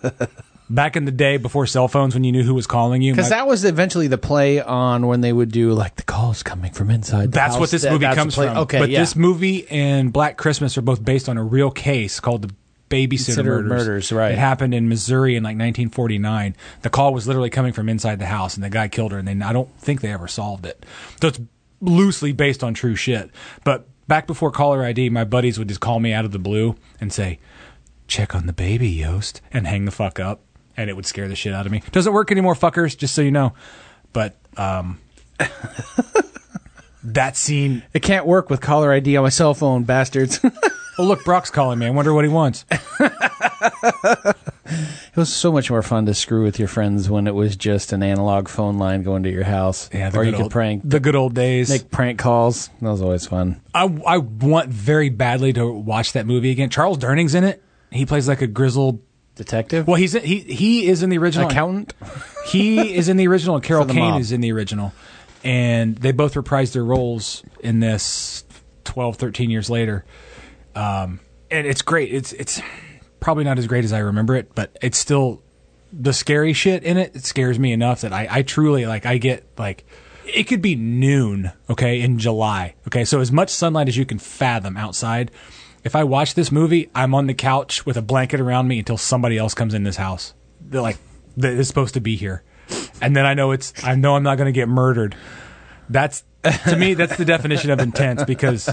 [SPEAKER 3] back in the day before cell phones, when you knew who was calling you,
[SPEAKER 2] because
[SPEAKER 3] my-
[SPEAKER 2] that was eventually the play on when they would do like the calls coming from inside. The
[SPEAKER 3] That's
[SPEAKER 2] house.
[SPEAKER 3] what this
[SPEAKER 2] That-
[SPEAKER 3] movie
[SPEAKER 2] that's the
[SPEAKER 3] comes
[SPEAKER 2] play-
[SPEAKER 3] from.
[SPEAKER 2] Okay,
[SPEAKER 3] but
[SPEAKER 2] yeah.
[SPEAKER 3] this movie and Black Christmas are both based on a real case called the babysitter
[SPEAKER 2] Babysitter
[SPEAKER 3] murders.
[SPEAKER 2] murders, right.
[SPEAKER 3] It happened in Missouri in like 1949. The call was literally coming from inside the house, and the guy killed her. And then I don't think they ever solved it. So it's loosely based on true shit. But back before caller ID, my buddies would just call me out of the blue and say, "Check on the baby, Yost," and hang the fuck up. And it would scare the shit out of me. Doesn't work anymore, fuckers. Just so you know. But um, that scene.
[SPEAKER 2] It can't work with caller ID on my cell phone, bastards.
[SPEAKER 3] oh, look, Brock's calling me. I wonder what he wants.
[SPEAKER 2] It was so much more fun to screw with your friends when it was just an analog phone line going to your house.
[SPEAKER 3] Yeah, the
[SPEAKER 2] or you
[SPEAKER 3] good
[SPEAKER 2] could
[SPEAKER 3] old-
[SPEAKER 2] prank,
[SPEAKER 3] the good old days.
[SPEAKER 2] make prank calls. That was always fun.
[SPEAKER 3] I I want very badly to watch that movie again. Charles Durning's in it. He plays like a grizzled.
[SPEAKER 2] Detective,
[SPEAKER 3] Well, he's he he is in the original.
[SPEAKER 2] accountant.
[SPEAKER 3] He is in the original. and Carol
[SPEAKER 2] For the
[SPEAKER 3] Kane
[SPEAKER 2] mob.
[SPEAKER 3] is in the original, and they both reprised their roles in this 12, 13 years later. Um, and it's great. It's it's probably not as great as I remember it, but it's still the scary shit in it. It scares me enough that I I truly like I get like. It could be noon, okay, in July. Okay, so as much sunlight as you can fathom outside. If I watch this movie, I'm on the couch with a blanket around me until somebody else comes in this house. They're like, that is supposed to be here. And then I know it's I know I'm not going to get murdered. That's to me that's the definition of intense because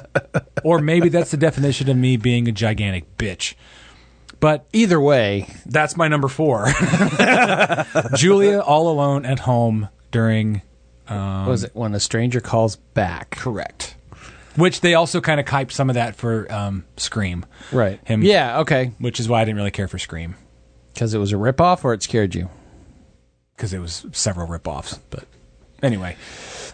[SPEAKER 3] or maybe that's the definition of me being a gigantic bitch. But
[SPEAKER 2] Either way,
[SPEAKER 3] that's my number 4. Julia all alone at home during
[SPEAKER 2] what was it when a stranger calls back?
[SPEAKER 3] correct. Which they also kind of hyped some of that for um, Scream.
[SPEAKER 2] Right.
[SPEAKER 3] Him
[SPEAKER 2] Yeah. Okay.
[SPEAKER 3] Which is why I didn't really care for Scream
[SPEAKER 2] Because it was a ripoff, or it scared you.
[SPEAKER 3] because it was several rip-offs, but anyway,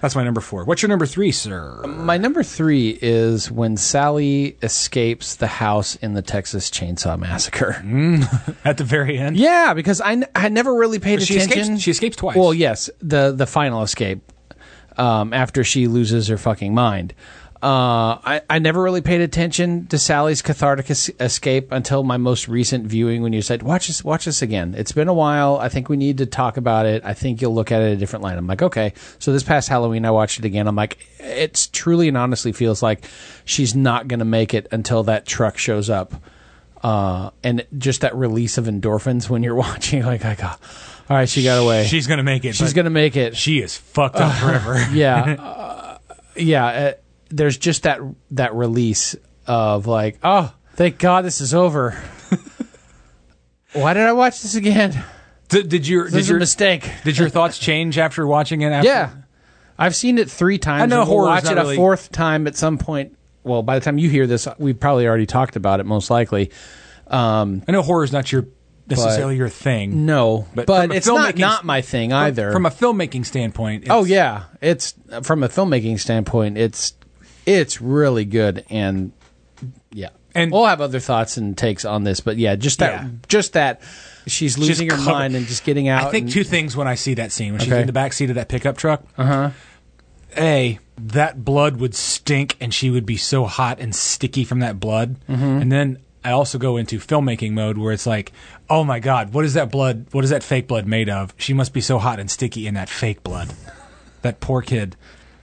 [SPEAKER 3] that's my number 4. What's your number 3, sir?
[SPEAKER 2] My number three is when Sally escapes the house in the Texas Chainsaw Massacre.
[SPEAKER 3] At the very end.
[SPEAKER 2] Yeah, because I, n- I never really paid
[SPEAKER 3] But she
[SPEAKER 2] attention.
[SPEAKER 3] escapes- she escapes twice.
[SPEAKER 2] Well, yes, the the final escape um, after she loses her fucking mind. Uh, I, I never really paid attention to Sally's cathartic es- escape until my most recent viewing when you said, watch this, watch this again. It's been a while. I think we need to talk about it. I think you'll look at it a different light. I'm like, okay. So this past Halloween, I watched it again. I'm like, it's truly and honestly feels like she's not going to make it until that truck shows up uh, and just that release of endorphins when you're watching, like, like, oh, all right, she got away.
[SPEAKER 3] She's gonna make it.
[SPEAKER 2] She's
[SPEAKER 3] but
[SPEAKER 2] gonna make it.
[SPEAKER 3] She is fucked up forever.
[SPEAKER 2] yeah, uh, yeah. Uh, there's just that that release of like, oh, thank God this is over. Why did I watch this again?
[SPEAKER 3] Did, did your
[SPEAKER 2] This
[SPEAKER 3] did
[SPEAKER 2] is a
[SPEAKER 3] your
[SPEAKER 2] mistake.
[SPEAKER 3] did your thoughts change after watching it? After?
[SPEAKER 2] Yeah, I've seen it three times.
[SPEAKER 3] I know
[SPEAKER 2] and we'll watch
[SPEAKER 3] horror's not
[SPEAKER 2] it a
[SPEAKER 3] really-
[SPEAKER 2] fourth time at some point. Well, by the time you hear this, we've probably already talked about it, most likely.
[SPEAKER 3] I know horror's not your necessarily your thing.
[SPEAKER 2] No,
[SPEAKER 3] But
[SPEAKER 2] but,
[SPEAKER 3] from a
[SPEAKER 2] it's not,
[SPEAKER 3] filmmaking-
[SPEAKER 2] not my thing
[SPEAKER 3] From-
[SPEAKER 2] either.
[SPEAKER 3] From a filmmaking standpoint. It's,
[SPEAKER 2] Oh yeah, it's from a filmmaking standpoint, it's it's really good, and yeah,
[SPEAKER 3] And-
[SPEAKER 2] we'll have other thoughts and takes on this, but yeah, just that,
[SPEAKER 3] Yeah.
[SPEAKER 2] just that, she's losing her
[SPEAKER 3] cover-
[SPEAKER 2] mind and just getting out.
[SPEAKER 3] I think
[SPEAKER 2] and-
[SPEAKER 3] two things when I see that scene when she's
[SPEAKER 2] Okay. Uh-huh.
[SPEAKER 3] in the back seat of that pickup truck. Uh huh. A that blood would stink and she would be so hot and sticky from that blood.
[SPEAKER 2] Mm-hmm.
[SPEAKER 3] And then I also go into filmmaking mode where it's like, oh my god, what is that blood? What is that fake blood made of? She must be so hot and sticky in that fake blood. that poor kid.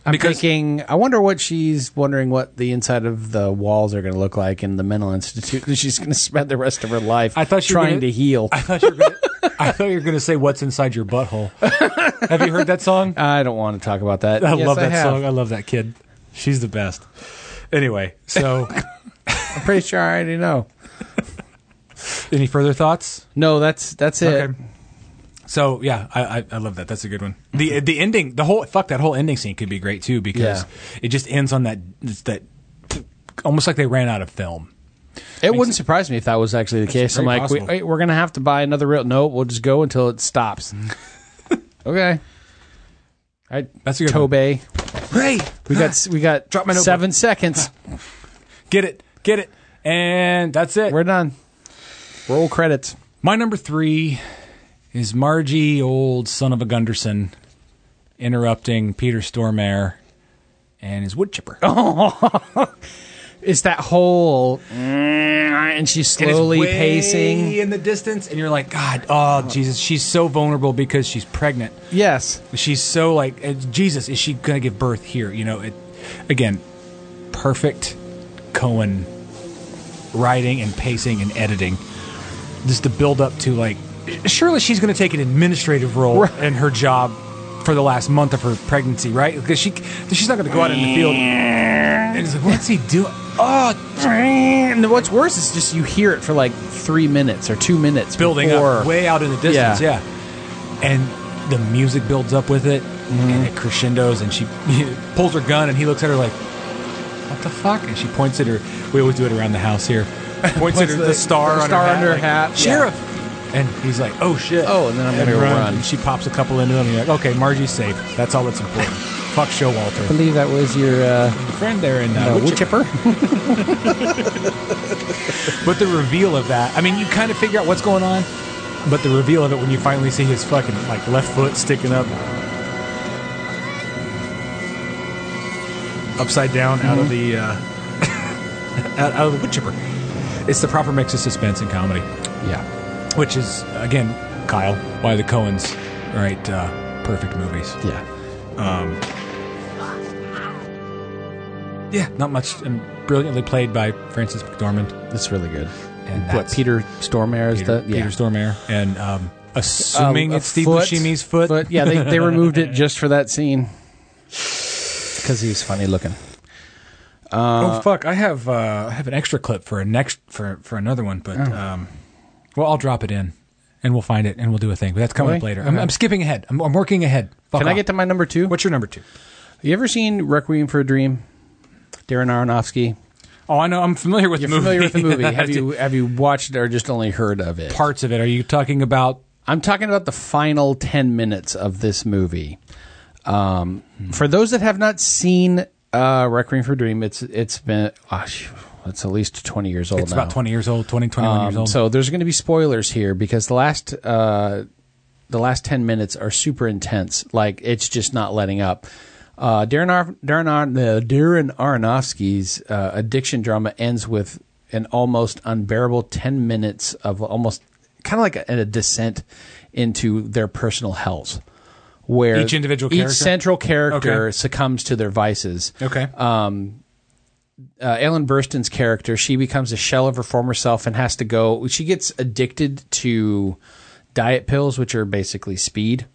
[SPEAKER 2] I'm thinking. I wonder what she's wondering what the inside of the walls are going to look like in the mental institute that she's going to spend the rest of her life.
[SPEAKER 3] I thought you were
[SPEAKER 2] trying
[SPEAKER 3] gonna-
[SPEAKER 2] to heal.
[SPEAKER 3] I thought you were gonna, I thought you were going to say what's inside your butthole. have you heard that song?
[SPEAKER 2] I don't want to talk about that.
[SPEAKER 3] I
[SPEAKER 2] Yes,
[SPEAKER 3] love that
[SPEAKER 2] have.
[SPEAKER 3] song. I love that kid. She's the best. Anyway, so
[SPEAKER 2] I'm pretty sure I already know.
[SPEAKER 3] any further thoughts?
[SPEAKER 2] No, that's that's it.
[SPEAKER 3] So yeah, I, I I love that. That's a good one. The the ending, the whole fuck that whole ending scene could be great too because
[SPEAKER 2] Yeah.
[SPEAKER 3] it just ends on that that almost like they ran out of film.
[SPEAKER 2] It wouldn't surprise me if that was actually the case. I'm
[SPEAKER 3] very
[SPEAKER 2] like, we,
[SPEAKER 3] possible.
[SPEAKER 2] hey, we're gonna have to buy another reel. No, we'll just go until it stops. okay. I
[SPEAKER 3] That's a good one.
[SPEAKER 2] Tobey.
[SPEAKER 3] Hey,
[SPEAKER 2] We got s- we got
[SPEAKER 3] Drop my notebook.
[SPEAKER 2] seven seconds.
[SPEAKER 3] get it, get it, and that's it.
[SPEAKER 2] We're done. Roll credits.
[SPEAKER 3] My number three is Margie, old son of a Gunderson, interrupting Peter Stormare and his wood chipper.
[SPEAKER 2] It's that whole and she's
[SPEAKER 3] Mm, And it's
[SPEAKER 2] slowly
[SPEAKER 3] way
[SPEAKER 2] pacing.
[SPEAKER 3] in the distance, and you're like, God, oh Jesus, she's so vulnerable because she's pregnant.
[SPEAKER 2] Yes.
[SPEAKER 3] She's so like, uh, Jesus, is she gonna give birth here? You know, it again, perfect Cohen writing and pacing and editing. Just the build up to like, surely she's gonna take an administrative role in her job for the last month of her pregnancy, right? Because she she's not gonna go out in the field. And it's like, what's he doing? Oh,
[SPEAKER 2] And what's worse is just you hear it for like three minutes or two minutes
[SPEAKER 3] building
[SPEAKER 2] before.
[SPEAKER 3] up way out in the distance. Yeah.
[SPEAKER 2] Yeah.
[SPEAKER 3] And the music builds up with it.
[SPEAKER 2] Mm-hmm.
[SPEAKER 3] and it crescendos, and she pulls her gun, and he looks at her like, "What the fuck?" And she points at her. We always do it around the house here. Points, at
[SPEAKER 2] Points
[SPEAKER 3] her,
[SPEAKER 2] the-
[SPEAKER 3] the, star,
[SPEAKER 2] the
[SPEAKER 3] on
[SPEAKER 2] star
[SPEAKER 3] her hat,
[SPEAKER 2] under her
[SPEAKER 3] like,
[SPEAKER 2] hat, yeah.
[SPEAKER 3] Sheriff. And he's like, "Oh shit!"
[SPEAKER 2] Oh, and then I'm
[SPEAKER 3] And
[SPEAKER 2] gonna run.
[SPEAKER 3] And she pops a couple into them. And you're like, "Okay, Margie's safe. That's all that's important." Fuck
[SPEAKER 2] I
[SPEAKER 3] Showalter.
[SPEAKER 2] believe that was your uh,
[SPEAKER 3] Friend there in uh,
[SPEAKER 2] uh, wood
[SPEAKER 3] Woodchip-
[SPEAKER 2] chipper.
[SPEAKER 3] But the reveal of that, I mean, you kind of figure out what's going on, but the reveal of it when you finally see his fucking like left foot sticking up, upside down out of the uh,
[SPEAKER 2] Mm-hmm.
[SPEAKER 3] out, out of the wood chipper. It's the proper mix of suspense and comedy,
[SPEAKER 2] yeah,
[SPEAKER 3] which is again, Kyle, why the Coens write uh, perfect movies.
[SPEAKER 2] yeah.
[SPEAKER 3] Yeah, not much, and brilliantly played by Francis McDormand.
[SPEAKER 2] That's really good.
[SPEAKER 3] And
[SPEAKER 2] what
[SPEAKER 3] that's-
[SPEAKER 2] Peter Stormare is
[SPEAKER 3] Peter,
[SPEAKER 2] the yeah.
[SPEAKER 3] Peter Stormare, and um, assuming
[SPEAKER 2] a
[SPEAKER 3] it's Steve
[SPEAKER 2] foot-
[SPEAKER 3] Buscemi's foot.
[SPEAKER 2] Yeah, they, they removed it just for that scene because he's funny looking.
[SPEAKER 3] oh fuck! I have uh, I have an extra clip for a next for for another one, but um, well, I'll drop it in, and we'll find it, and we'll do a thing. But that's coming up
[SPEAKER 2] Okay.
[SPEAKER 3] later. I'm, I'm skipping ahead. I'm, I'm working ahead. Fuck
[SPEAKER 2] Can I
[SPEAKER 3] off.
[SPEAKER 2] get to my number two?
[SPEAKER 3] What's your number two?
[SPEAKER 2] you ever seen Requiem for a Dream? Darren Aronofsky.
[SPEAKER 3] Oh, I know. I'm familiar with
[SPEAKER 2] You're
[SPEAKER 3] the movie.
[SPEAKER 2] familiar with the movie. Have
[SPEAKER 3] I
[SPEAKER 2] you
[SPEAKER 3] did
[SPEAKER 2] have you watched it or just only heard of it?
[SPEAKER 3] parts of it? Are you talking about?
[SPEAKER 2] I'm talking about the final 10 minutes of this movie. Um,
[SPEAKER 3] Hmm.
[SPEAKER 2] For those that have not seen uh, Requiem for a Dream, it's it's been oh, shoot, it's at least 20 years old
[SPEAKER 3] It's
[SPEAKER 2] now.
[SPEAKER 3] about 20 years old, 20, 21 years
[SPEAKER 2] Um,
[SPEAKER 3] old.
[SPEAKER 2] So there's going to be spoilers here because the last uh, the last ten minutes are super intense. Like it's just not letting up. Uh, Darren Ar- Darren Ar- the Darren Aronofsky's uh, addiction drama ends with an almost unbearable ten minutes of almost kind of like a, a descent into their personal hells, where
[SPEAKER 3] Each individual
[SPEAKER 2] each
[SPEAKER 3] character?
[SPEAKER 2] central character
[SPEAKER 3] Okay.
[SPEAKER 2] succumbs to their vices
[SPEAKER 3] okay.
[SPEAKER 2] uh, Ellen Burstyn's character, she becomes a shell of her former self and has to go. She gets addicted to diet pills, which are basically speed.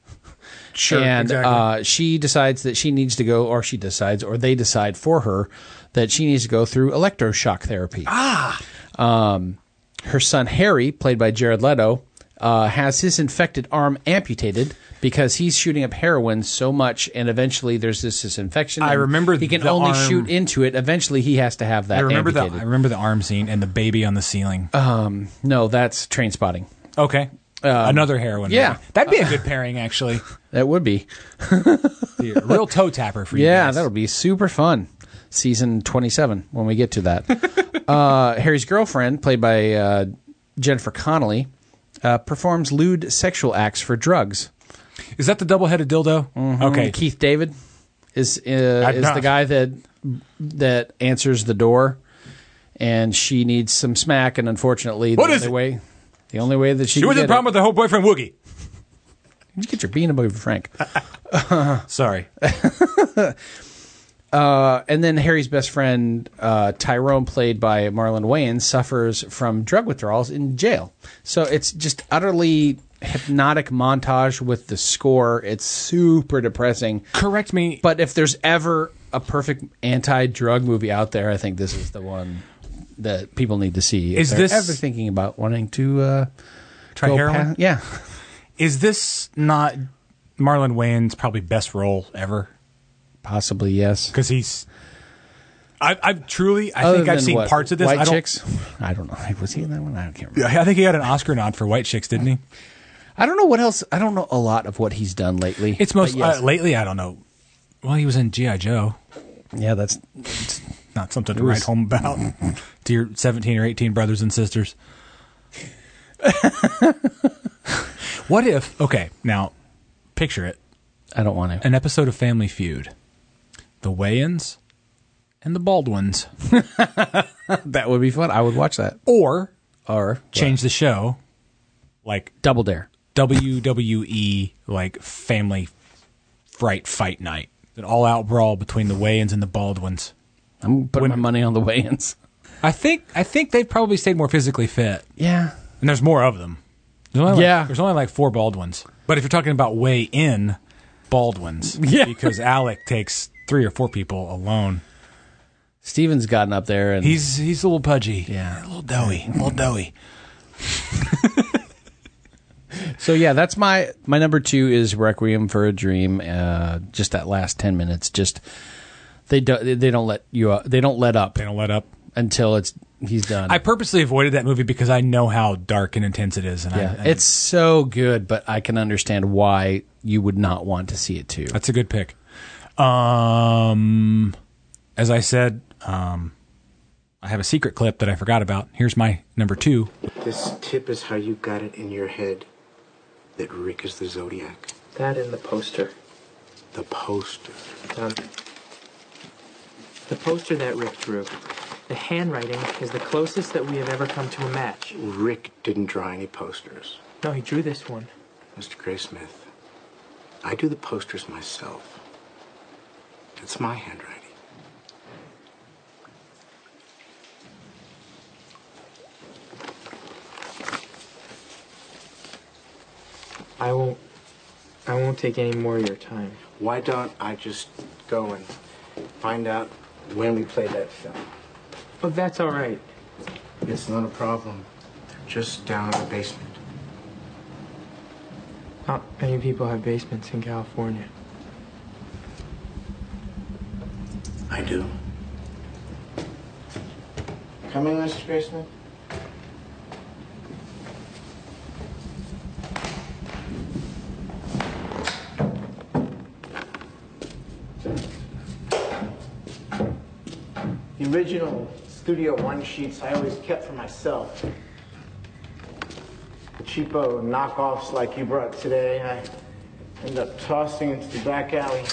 [SPEAKER 3] sure.
[SPEAKER 2] and
[SPEAKER 3] exactly.
[SPEAKER 2] uh, she decides that she needs to go, or she decides, or they decide for her that she needs to go through electroshock therapy. Ah. Um, her son Harry, played by Jared Leto, uh, has his infected arm amputated because he's shooting up heroin so much, and eventually there's this, this infection.
[SPEAKER 3] I
[SPEAKER 2] and
[SPEAKER 3] remember
[SPEAKER 2] he can
[SPEAKER 3] the
[SPEAKER 2] only
[SPEAKER 3] arm-
[SPEAKER 2] shoot into it. Eventually, he has to have that.
[SPEAKER 3] I remember the
[SPEAKER 2] amputated. Uh, Um,
[SPEAKER 3] I remember the arm scene and the baby on the ceiling.
[SPEAKER 2] No, that's train spotting.
[SPEAKER 3] okay. Another heroin.
[SPEAKER 2] um, yeah.
[SPEAKER 3] movie. that'd be a good pairing actually.
[SPEAKER 2] That would be.
[SPEAKER 3] The real toe tapper for you.
[SPEAKER 2] Yeah,
[SPEAKER 3] guys.
[SPEAKER 2] that'll be super fun. Season 27, when we get to that. uh, Harry's girlfriend, played by uh, Jennifer Connelly, uh, performs lewd sexual acts for drugs.
[SPEAKER 3] Is that the double-headed dildo?
[SPEAKER 2] Mm-hmm.
[SPEAKER 3] Okay.
[SPEAKER 2] Keith David is uh, is
[SPEAKER 3] not-
[SPEAKER 2] the guy that that answers the door, and she needs some smack. And unfortunately,
[SPEAKER 3] What
[SPEAKER 2] the
[SPEAKER 3] is
[SPEAKER 2] only
[SPEAKER 3] it?
[SPEAKER 2] way the only way that she
[SPEAKER 3] She
[SPEAKER 2] can
[SPEAKER 3] was in
[SPEAKER 2] get
[SPEAKER 3] problem
[SPEAKER 2] it,
[SPEAKER 3] with the whole boyfriend Woogie.
[SPEAKER 2] you get your bean above Frank.
[SPEAKER 3] Sorry.
[SPEAKER 2] and then Harry's best friend uh, Tyrone, played by Marlon Wayans, suffers from drug withdrawals in jail. So it's just utterly hypnotic montage with the score. It's super depressing.
[SPEAKER 3] Correct me.
[SPEAKER 2] But if there's ever a perfect anti-drug movie out there, I think this is the one that people need to see. If
[SPEAKER 3] Is
[SPEAKER 2] they're
[SPEAKER 3] this-
[SPEAKER 2] ever thinking about wanting to uh,
[SPEAKER 3] Try
[SPEAKER 2] go
[SPEAKER 3] heroin?
[SPEAKER 2] pa- yeah,
[SPEAKER 3] is this not Marlon Wayans' probably best role ever?
[SPEAKER 2] possibly yes.
[SPEAKER 3] Because he's. I, I've truly. I
[SPEAKER 2] Other
[SPEAKER 3] think I've
[SPEAKER 2] than
[SPEAKER 3] seen
[SPEAKER 2] what,
[SPEAKER 3] parts of this.
[SPEAKER 2] White
[SPEAKER 3] I don't,
[SPEAKER 2] chicks. I don't know. Was he in that one? I can't remember.
[SPEAKER 3] I think he had an Oscar nod for White Chicks, didn't he?
[SPEAKER 2] I don't know what else. I don't know a lot of what he's done lately.
[SPEAKER 3] It's most
[SPEAKER 2] But yes.
[SPEAKER 3] uh, lately. I don't know. Well, he was in GI Joe.
[SPEAKER 2] yeah. That's
[SPEAKER 3] Not something to
[SPEAKER 2] It was-
[SPEAKER 3] write home about to your seventeen or eighteen brothers and sisters. what if? Okay, now picture it.
[SPEAKER 2] I don't want to.
[SPEAKER 3] an episode of Family Feud. The Wayans and the Baldwins.
[SPEAKER 2] that would be fun. I would watch that.
[SPEAKER 3] Or
[SPEAKER 2] Or
[SPEAKER 3] change the show like
[SPEAKER 2] Double Dare.
[SPEAKER 3] WWE like family fright fight night. An all out brawl between the Wayans and the Baldwins.
[SPEAKER 2] I'm putting
[SPEAKER 3] When-
[SPEAKER 2] my money on the Wayans.
[SPEAKER 3] I think I think they've probably stayed more physically fit.
[SPEAKER 2] Yeah.
[SPEAKER 3] And there's more of them. There's only like,
[SPEAKER 2] Yeah.
[SPEAKER 3] There's only like four Baldwins. But if you're talking about way in Baldwins, yeah. because Alec takes three or four people alone.
[SPEAKER 2] Steven's gotten up there and
[SPEAKER 3] He's he's a little pudgy.
[SPEAKER 2] Yeah.
[SPEAKER 3] a little doughy, a little doughy.
[SPEAKER 2] so yeah, that's my my number two is Requiem for a Dream. Uh, just that last ten minutes, just they do, they don't let you uh, they don't let up. They
[SPEAKER 3] don't let up
[SPEAKER 2] until it's he's done.
[SPEAKER 3] I purposely avoided that movie because I know how dark and intense it is. And
[SPEAKER 2] yeah,
[SPEAKER 3] I, I,
[SPEAKER 2] it's so good, but I can understand why you would not want to see it too.
[SPEAKER 3] that's a good pick. Um, as I said, um, I have a secret clip that I forgot about. Here's my number two.
[SPEAKER 11] This tip is how you got it in your head that Rick is the Zodiac.
[SPEAKER 12] That in the poster.
[SPEAKER 11] The poster.
[SPEAKER 12] Um, the poster that Rick drew. The handwriting is the closest that we have ever come to a match.
[SPEAKER 11] Rick didn't draw any posters.
[SPEAKER 12] No, he drew this one.
[SPEAKER 11] Mr. Graysmith, I do the posters myself. It's my handwriting.
[SPEAKER 12] I won't. I won't take any more of your time.
[SPEAKER 11] Why don't I just go and find out when we play that film?
[SPEAKER 12] But that's all right.
[SPEAKER 11] It's not a problem. They're just down in the basement.
[SPEAKER 12] Not many people have basements in California.
[SPEAKER 11] I do. Come in, Mr. Graysmith. The original Studio One sheets I always kept for myself. Cheapo knockoffs like you brought today, I end up tossing into the back alley.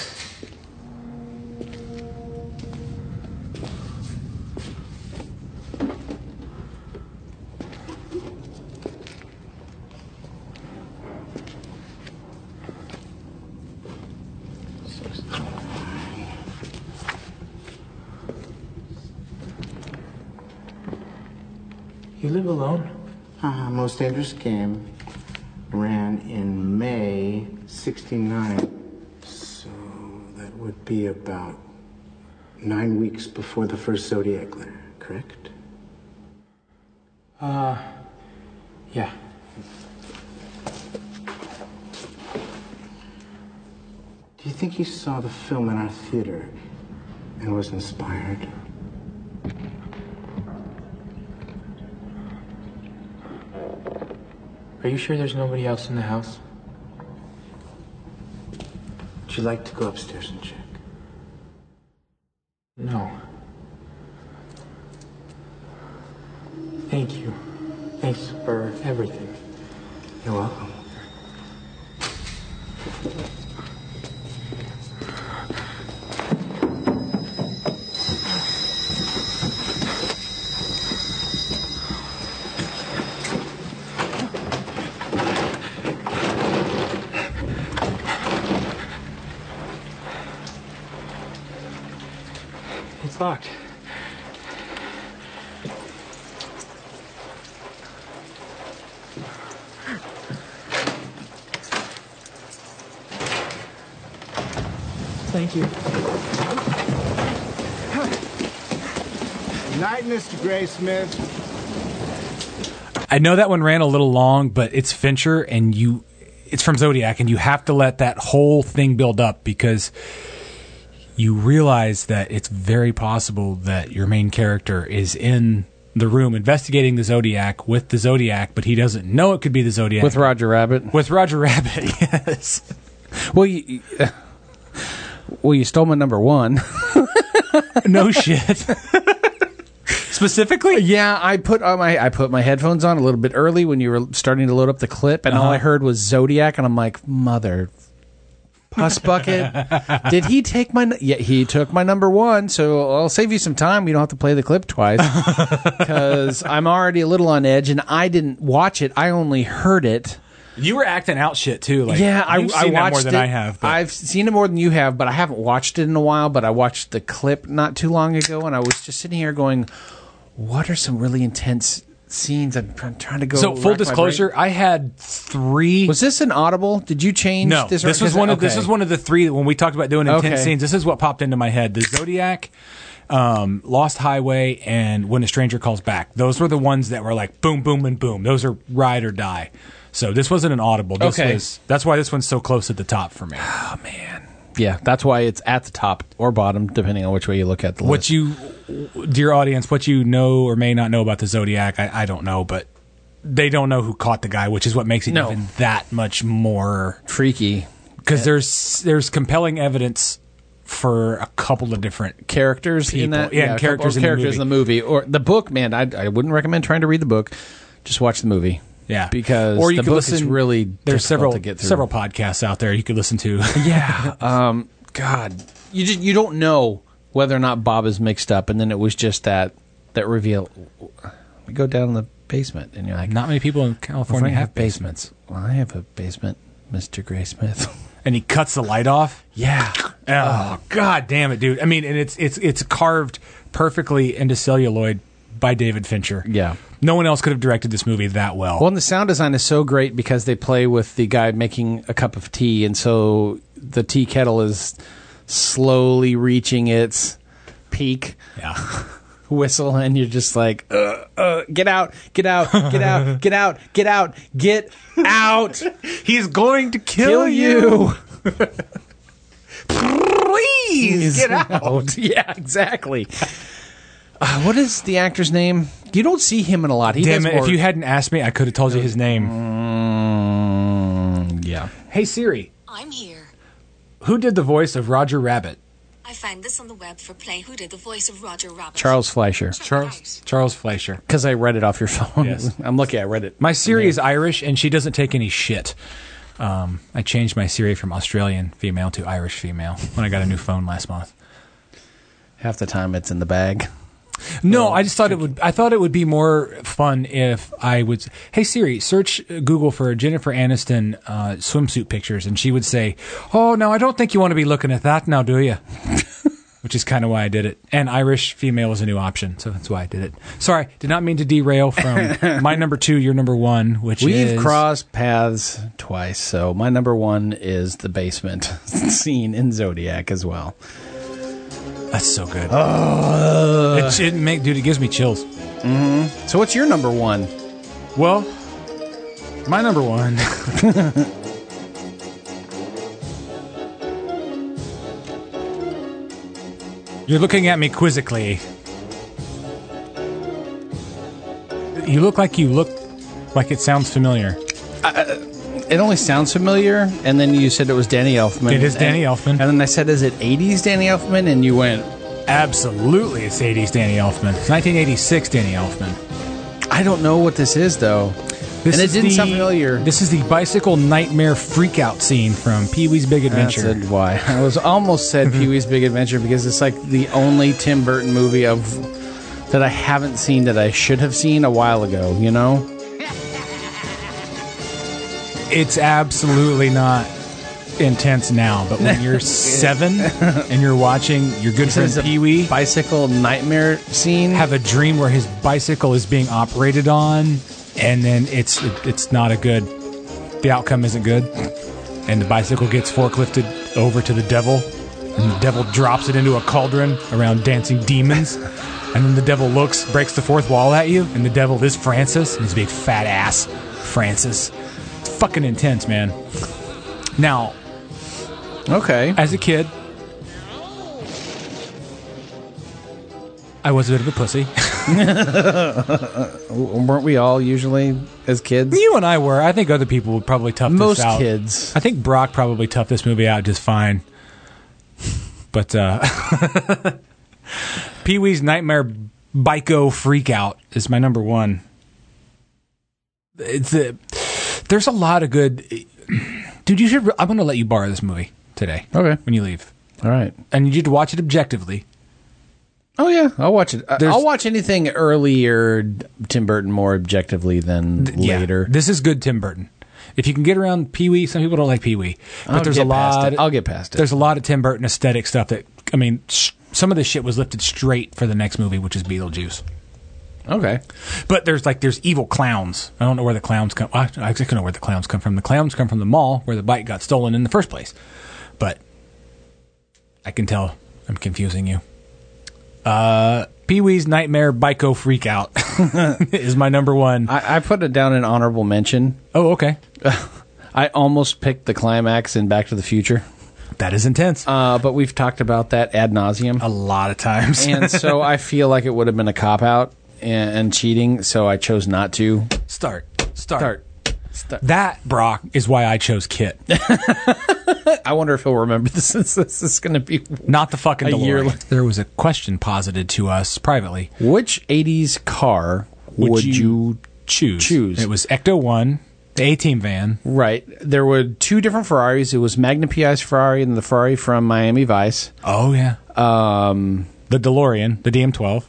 [SPEAKER 12] You live alone?
[SPEAKER 11] Uh, most dangerous game ran in May 69. So that would be about nine weeks before the first Zodiac letter, correct?
[SPEAKER 12] Uh, yeah.
[SPEAKER 11] Do you think he saw the film in our theater and was inspired?
[SPEAKER 12] Are you sure there's nobody else in the house?
[SPEAKER 11] Would you like to go upstairs and check?
[SPEAKER 12] No. Thank you. Thanks for everything.
[SPEAKER 11] You're welcome.
[SPEAKER 12] It's locked. Thank you.
[SPEAKER 11] Good night, Mr. Graysmith.
[SPEAKER 3] I know that one ran a little long, but it's Fincher, and you, it's from Zodiac, and you have to let that whole thing build up because you realize that it's very possible that your main character is in the room investigating the Zodiac with the Zodiac, but he doesn't know it could be the Zodiac
[SPEAKER 2] With Roger Rabbit.
[SPEAKER 3] With Roger Rabbit. Yes.
[SPEAKER 2] Well, you, well, you stole my number one.
[SPEAKER 3] no shit. Specifically,
[SPEAKER 2] yeah, I put on my I put my headphones on a little bit early when you were starting to load up the clip, and all I heard was Zodiac, and I'm like, mother. Puss bucket. Did he take my? nu- Yeah, he took my number one. So I'll save you some time. You don't have to play the clip twice because I'm already a little on edge, and I didn't watch it. I only heard it.
[SPEAKER 3] You were acting out shit too. Like
[SPEAKER 2] yeah, I,
[SPEAKER 3] you've
[SPEAKER 2] I
[SPEAKER 3] seen
[SPEAKER 2] watched
[SPEAKER 3] that more than
[SPEAKER 2] it.
[SPEAKER 3] I have. But
[SPEAKER 2] I've seen it more than you have, but I haven't watched it in a while. But I watched the clip not too long ago, and I was just sitting here going, "What are some really intense scenes?" I'm, I'm trying to go.
[SPEAKER 3] so full
[SPEAKER 2] rack my brain.
[SPEAKER 3] disclosure, I had three.
[SPEAKER 2] Was this an audible? Did you change?
[SPEAKER 3] no, this,
[SPEAKER 2] or-
[SPEAKER 3] was one of this
[SPEAKER 2] okay.
[SPEAKER 3] was one of the three that when we talked about doing intense
[SPEAKER 2] Okay.
[SPEAKER 3] scenes. This is what popped into my head: the Zodiac, um, Lost Highway, and When a Stranger Calls Back. Those were the ones that were like boom, boom, and boom. Those are ride or die. So this wasn't an audible. This
[SPEAKER 2] Okay.
[SPEAKER 3] was- that's why this one's so close at the top for me.
[SPEAKER 2] Yeah, that's why it's at the top or bottom, depending on which way you look at the list.
[SPEAKER 3] What you, dear audience, what you know or may not know about the Zodiac, I, I don't know, but they don't know who caught the guy, which is what makes it even that much more
[SPEAKER 2] freaky.
[SPEAKER 3] Because there's there's compelling evidence for a couple of different
[SPEAKER 2] characters
[SPEAKER 3] people.
[SPEAKER 2] in that.
[SPEAKER 3] yeah, and
[SPEAKER 2] a couple
[SPEAKER 3] characters,
[SPEAKER 2] of
[SPEAKER 3] in,
[SPEAKER 2] characters
[SPEAKER 3] the movie.
[SPEAKER 2] or the book. Man, I, I wouldn't recommend trying to read the book. Just watch the movie.
[SPEAKER 3] Yeah,
[SPEAKER 2] because
[SPEAKER 3] or you
[SPEAKER 2] the
[SPEAKER 3] could
[SPEAKER 2] book
[SPEAKER 3] listen.
[SPEAKER 2] is really difficult
[SPEAKER 3] there's several
[SPEAKER 2] to get through.
[SPEAKER 3] several podcasts out there you could listen to.
[SPEAKER 2] yeah. Um, God, you just you don't know whether or not Bob is mixed up, and then it was just that that reveal. We go down in the basement, and you're like,
[SPEAKER 3] not many people in California have
[SPEAKER 2] basements. Well, I have a basement, Mister Gray Smith.
[SPEAKER 3] and he cuts the light off.
[SPEAKER 2] Yeah.
[SPEAKER 3] Oh, god damn it, dude. I mean, and it's it's it's carved perfectly into celluloid by David Fincher.
[SPEAKER 2] Yeah.
[SPEAKER 3] No one else could have directed this movie that well.
[SPEAKER 2] Well, and the sound design is so great because they play with the guy making a cup of tea, and so the tea kettle is slowly reaching its peak
[SPEAKER 3] yeah.
[SPEAKER 2] whistle, and you're just like, uh, uh, get out, get out, get out, get out, get out, get out.
[SPEAKER 3] He's going to
[SPEAKER 2] kill, you.
[SPEAKER 3] Please
[SPEAKER 2] get out. Yeah, exactly. Uh, what is the actor's name? You don't see him in a lot. He
[SPEAKER 3] Damn
[SPEAKER 2] does
[SPEAKER 3] it, if
[SPEAKER 2] more- Mm.
[SPEAKER 3] you hadn't asked me, I could have told you his name.
[SPEAKER 2] yeah.
[SPEAKER 3] Hey Siri,
[SPEAKER 13] I'm here.
[SPEAKER 3] who did the voice of Roger Rabbit?
[SPEAKER 13] I found this on the web for Play Who Did the Voice of Roger Rabbit.
[SPEAKER 2] Charles Fleischer.
[SPEAKER 3] Charles Charles Fleischer.
[SPEAKER 2] Because I read it off your phone.
[SPEAKER 3] Yes.
[SPEAKER 2] I'm lucky I read it.
[SPEAKER 3] My Siri is Irish and she doesn't take any shit. Um, I changed my Siri from Australian female to Irish female when I got a new phone last month.
[SPEAKER 2] Half the time it's in the bag.
[SPEAKER 3] No, I just thought it would. I thought it would be more fun if I would. Hey Siri, search Google for Jennifer Aniston uh, swimsuit pictures, and she would say, "Oh no, I don't think you want to be looking at that now, do you?" Which is kind of why I did it. And Irish female was a new option, so that's why I did it. Sorry, did not mean to derail from my number two, your number one, which
[SPEAKER 2] We've
[SPEAKER 3] is
[SPEAKER 2] crossed paths twice, so my number one is the basement scene in Zodiac as well.
[SPEAKER 3] That's so good.
[SPEAKER 2] Oh,
[SPEAKER 3] It, it make, dude, it gives me chills.
[SPEAKER 2] So what's your number one?
[SPEAKER 3] Well, my number one. You're looking at me quizzically. You look like you look like it sounds familiar.
[SPEAKER 2] it only sounds familiar, and then you said it was Danny Elfman.
[SPEAKER 3] It is Danny
[SPEAKER 2] Elfman. And then I said, "Is it '80s Danny Elfman?" And you went,
[SPEAKER 3] "Absolutely, it's '80s Danny Elfman. It's 1986 Danny Elfman."
[SPEAKER 2] I don't know what this is though.
[SPEAKER 3] This
[SPEAKER 2] and it
[SPEAKER 3] is
[SPEAKER 2] didn't
[SPEAKER 3] the-
[SPEAKER 2] sound familiar.
[SPEAKER 3] This is the bicycle nightmare freakout scene from Pee Wee's Big Adventure.
[SPEAKER 2] That's a- why I was almost said Pee Wee's Big Adventure because it's like the only Tim Burton movie of that I haven't seen that I should have seen a while ago. You know.
[SPEAKER 3] It's absolutely not intense now, but when you're seven and you're watching your good friend Pee Wee
[SPEAKER 2] bicycle nightmare scene,
[SPEAKER 3] have a dream where his bicycle is being operated on, and then it's it's not a good. The outcome isn't good, and the bicycle gets forklifted over to the devil, and the devil drops it into a cauldron around dancing demons. And then the devil looks, breaks the fourth wall at you, and the devil is Francis, and his big fat ass, Francis. It's fucking intense, man. Now,
[SPEAKER 2] okay,
[SPEAKER 3] as a kid, I was a bit of a pussy.
[SPEAKER 2] Weren't we all usually as kids?
[SPEAKER 3] You and I were. I think other people would probably tough
[SPEAKER 2] Most
[SPEAKER 3] this out.
[SPEAKER 2] kids.
[SPEAKER 3] I think Brock probably toughed this movie out just fine. But uh, Pee Wee's Nightmare Bico Freakout is my number one. It's the there's a lot of good. Dude, you should. I'm going to let you borrow this movie today.
[SPEAKER 2] Okay.
[SPEAKER 3] When you leave.
[SPEAKER 2] All right.
[SPEAKER 3] And you need to watch it objectively.
[SPEAKER 2] Oh yeah, I'll watch it. I-
[SPEAKER 3] There's-
[SPEAKER 2] I'll watch anything earlier Tim Burton more objectively than
[SPEAKER 3] Yeah.
[SPEAKER 2] later.
[SPEAKER 3] This is good Tim Burton. If you can get around Pee Wee, some people don't like Pee Wee, but
[SPEAKER 2] I'll
[SPEAKER 3] there's
[SPEAKER 2] get
[SPEAKER 3] a
[SPEAKER 2] past
[SPEAKER 3] lot.
[SPEAKER 2] it. I'll get past it.
[SPEAKER 3] There's a lot of Tim Burton aesthetic stuff that I mean, sh- some of this shit was lifted straight for the next movie, which is Beetlejuice.
[SPEAKER 2] Okay,
[SPEAKER 3] but there's like there's evil clowns. I don't know where the clowns come. I, I don't know where the clowns come from. The clowns come from the mall where the bike got stolen in the first place. But I can tell I'm confusing you. Uh, Pee Wee's Nightmare Bico Freakout. is my number one.
[SPEAKER 2] I, I put it down in honorable mention.
[SPEAKER 3] Oh, okay.
[SPEAKER 2] I almost picked the climax in Back to the Future.
[SPEAKER 3] That is intense.
[SPEAKER 2] Uh, but we've talked about that ad nauseum
[SPEAKER 3] a lot of times,
[SPEAKER 2] and so I feel like it would have been a cop out and, and cheating. So I chose not to
[SPEAKER 3] start, start, start. That Brock is why I chose Kit.
[SPEAKER 2] I wonder if he'll remember this. This, this is going to be
[SPEAKER 3] not the fucking
[SPEAKER 2] A
[SPEAKER 3] DeLorean.
[SPEAKER 2] year later.
[SPEAKER 3] There was a question posited to us privately.
[SPEAKER 2] Which '80s car would, you,
[SPEAKER 3] choose?
[SPEAKER 2] choose?
[SPEAKER 3] It was Ecto One, the A Team van.
[SPEAKER 2] right? There were two different Ferraris. It was Magna PI's Ferrari and the Ferrari from Miami Vice.
[SPEAKER 3] Oh yeah,
[SPEAKER 2] Um,
[SPEAKER 3] the DeLorean, the DM12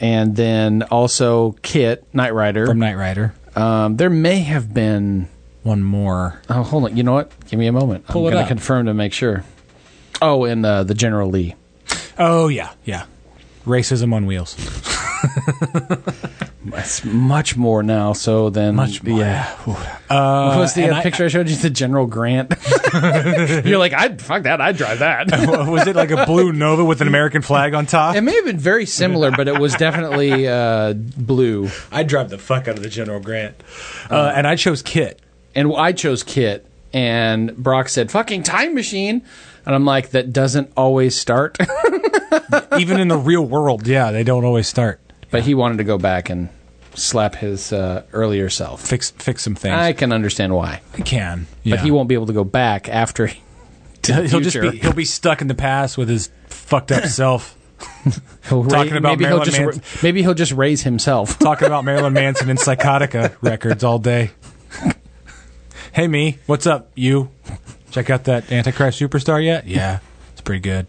[SPEAKER 2] and then also Kit Knight Rider.
[SPEAKER 3] from Knight Rider.
[SPEAKER 2] um, there may have been.
[SPEAKER 3] One more.
[SPEAKER 2] Oh, hold on. You know what? Give me a moment.
[SPEAKER 3] Pull it
[SPEAKER 2] I'm going
[SPEAKER 3] up.
[SPEAKER 2] to confirm to make sure. Oh, and uh, the General Lee.
[SPEAKER 3] Oh yeah, yeah. Racism on wheels.
[SPEAKER 2] It's much more now. So then,
[SPEAKER 3] Much more.
[SPEAKER 2] Yeah.
[SPEAKER 3] Uh,
[SPEAKER 2] What was the
[SPEAKER 3] and
[SPEAKER 2] uh,
[SPEAKER 3] I-
[SPEAKER 2] picture I, showed you? The General Grant. You're like, I'd fuck that. I'd drive that.
[SPEAKER 3] was it like a blue Nova with an American flag on top?
[SPEAKER 2] it may have been very similar, but it was definitely uh, blue.
[SPEAKER 3] I'd drive the fuck out of the General Grant. Uh, and I chose Kit.
[SPEAKER 2] And I chose Kit. And Brock said, "Fucking time machine." And I'm like, that doesn't always start.
[SPEAKER 3] Even in the real world, yeah, they don't always start.
[SPEAKER 2] but he wanted to go back and slap his uh, earlier self.
[SPEAKER 3] Fix fix some things.
[SPEAKER 2] I can understand why.
[SPEAKER 3] I can.
[SPEAKER 2] but he won't be able to go back after. he- to the
[SPEAKER 3] He'll just
[SPEAKER 2] future.
[SPEAKER 3] be he'll be stuck in the past with his fucked up self.
[SPEAKER 2] He'll ra-
[SPEAKER 3] Talking about
[SPEAKER 2] maybe he'll
[SPEAKER 3] Marilyn
[SPEAKER 2] just
[SPEAKER 3] Manson.
[SPEAKER 2] ra- maybe he'll just raise himself.
[SPEAKER 3] talking about Marilyn Manson and Psychotica records all day. hey, me, what's up, you? Check out that Antichrist Superstar yet? Yeah, it's pretty good.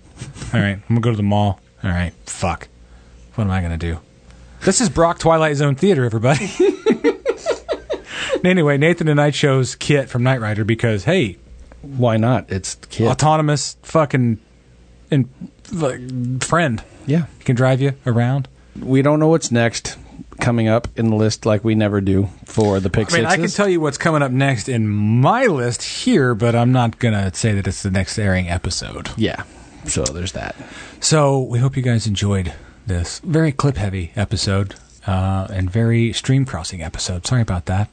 [SPEAKER 3] All right, I'm gonna go to the mall. All right, fuck. What am I gonna do? This is Brock Twilight Zone Theater, everybody. anyway, Nathan and I chose Kit from Knight Rider because hey,
[SPEAKER 2] Why not? It's kid.
[SPEAKER 3] autonomous fucking and like, friend
[SPEAKER 2] yeah,
[SPEAKER 3] can drive you around.
[SPEAKER 2] we don't know what's next coming up in the list like we never do for the pick
[SPEAKER 3] I mean, I can
[SPEAKER 2] sixes.
[SPEAKER 3] tell you what's coming up next in my list here, but I'm not going to say that it's the next airing episode.
[SPEAKER 2] yeah. So there's that.
[SPEAKER 3] So we hope you guys enjoyed this very clip heavy episode uh, and very stream crossing episode. Sorry about that.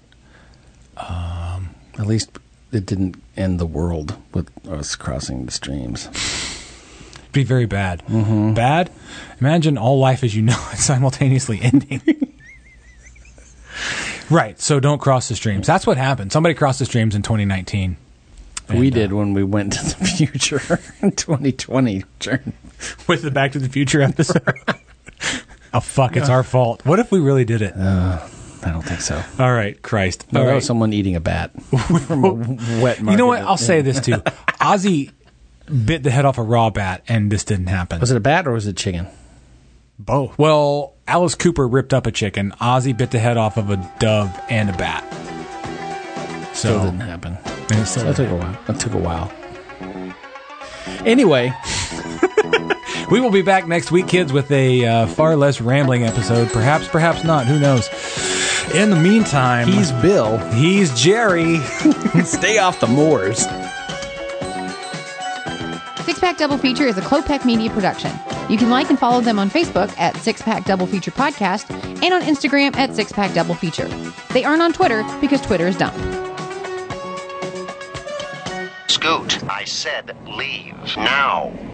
[SPEAKER 2] At least it didn't end the world with us crossing the streams.
[SPEAKER 3] It'd be very bad. Bad? Imagine all life as you know it simultaneously ending. right. So don't cross the streams. That's what happened. Somebody crossed the streams in 2019.
[SPEAKER 2] we
[SPEAKER 3] And, uh,
[SPEAKER 2] did when we went to the future in 2020. Turn-
[SPEAKER 3] with the Back to the Future episode. oh, fuck. It's our fault. What if we really did it?
[SPEAKER 2] I don't think so.
[SPEAKER 3] All right, Christ.
[SPEAKER 2] No,
[SPEAKER 3] All
[SPEAKER 2] that
[SPEAKER 3] right.
[SPEAKER 2] was someone eating a bat from a wet.
[SPEAKER 3] you know what?
[SPEAKER 2] market.
[SPEAKER 3] I'll say this too. Ozzy bit the head off a raw bat, and this didn't happen.
[SPEAKER 2] Was it a bat or was it chicken?
[SPEAKER 3] both? Well, Alice Cooper ripped up a chicken. Ozzy bit the head off of a dove and a bat.
[SPEAKER 2] Still
[SPEAKER 3] So
[SPEAKER 2] didn't happen.
[SPEAKER 3] and it still
[SPEAKER 2] That took a while. That took a while. Anyway,
[SPEAKER 3] We will be back next week, kids, with a uh, far less rambling episode. Perhaps, perhaps not. Who knows? In the meantime,
[SPEAKER 2] he's Bill.
[SPEAKER 3] he's Jerry.
[SPEAKER 2] Stay off the moors.
[SPEAKER 1] Six Pack Double Feature is a Clopec Media production. You can like and follow them on Facebook at Six Pack Double Feature Podcast and on Instagram at Six Pack Double Feature. They aren't on Twitter because Twitter is dumb.
[SPEAKER 14] Scoot, I said leave. Now.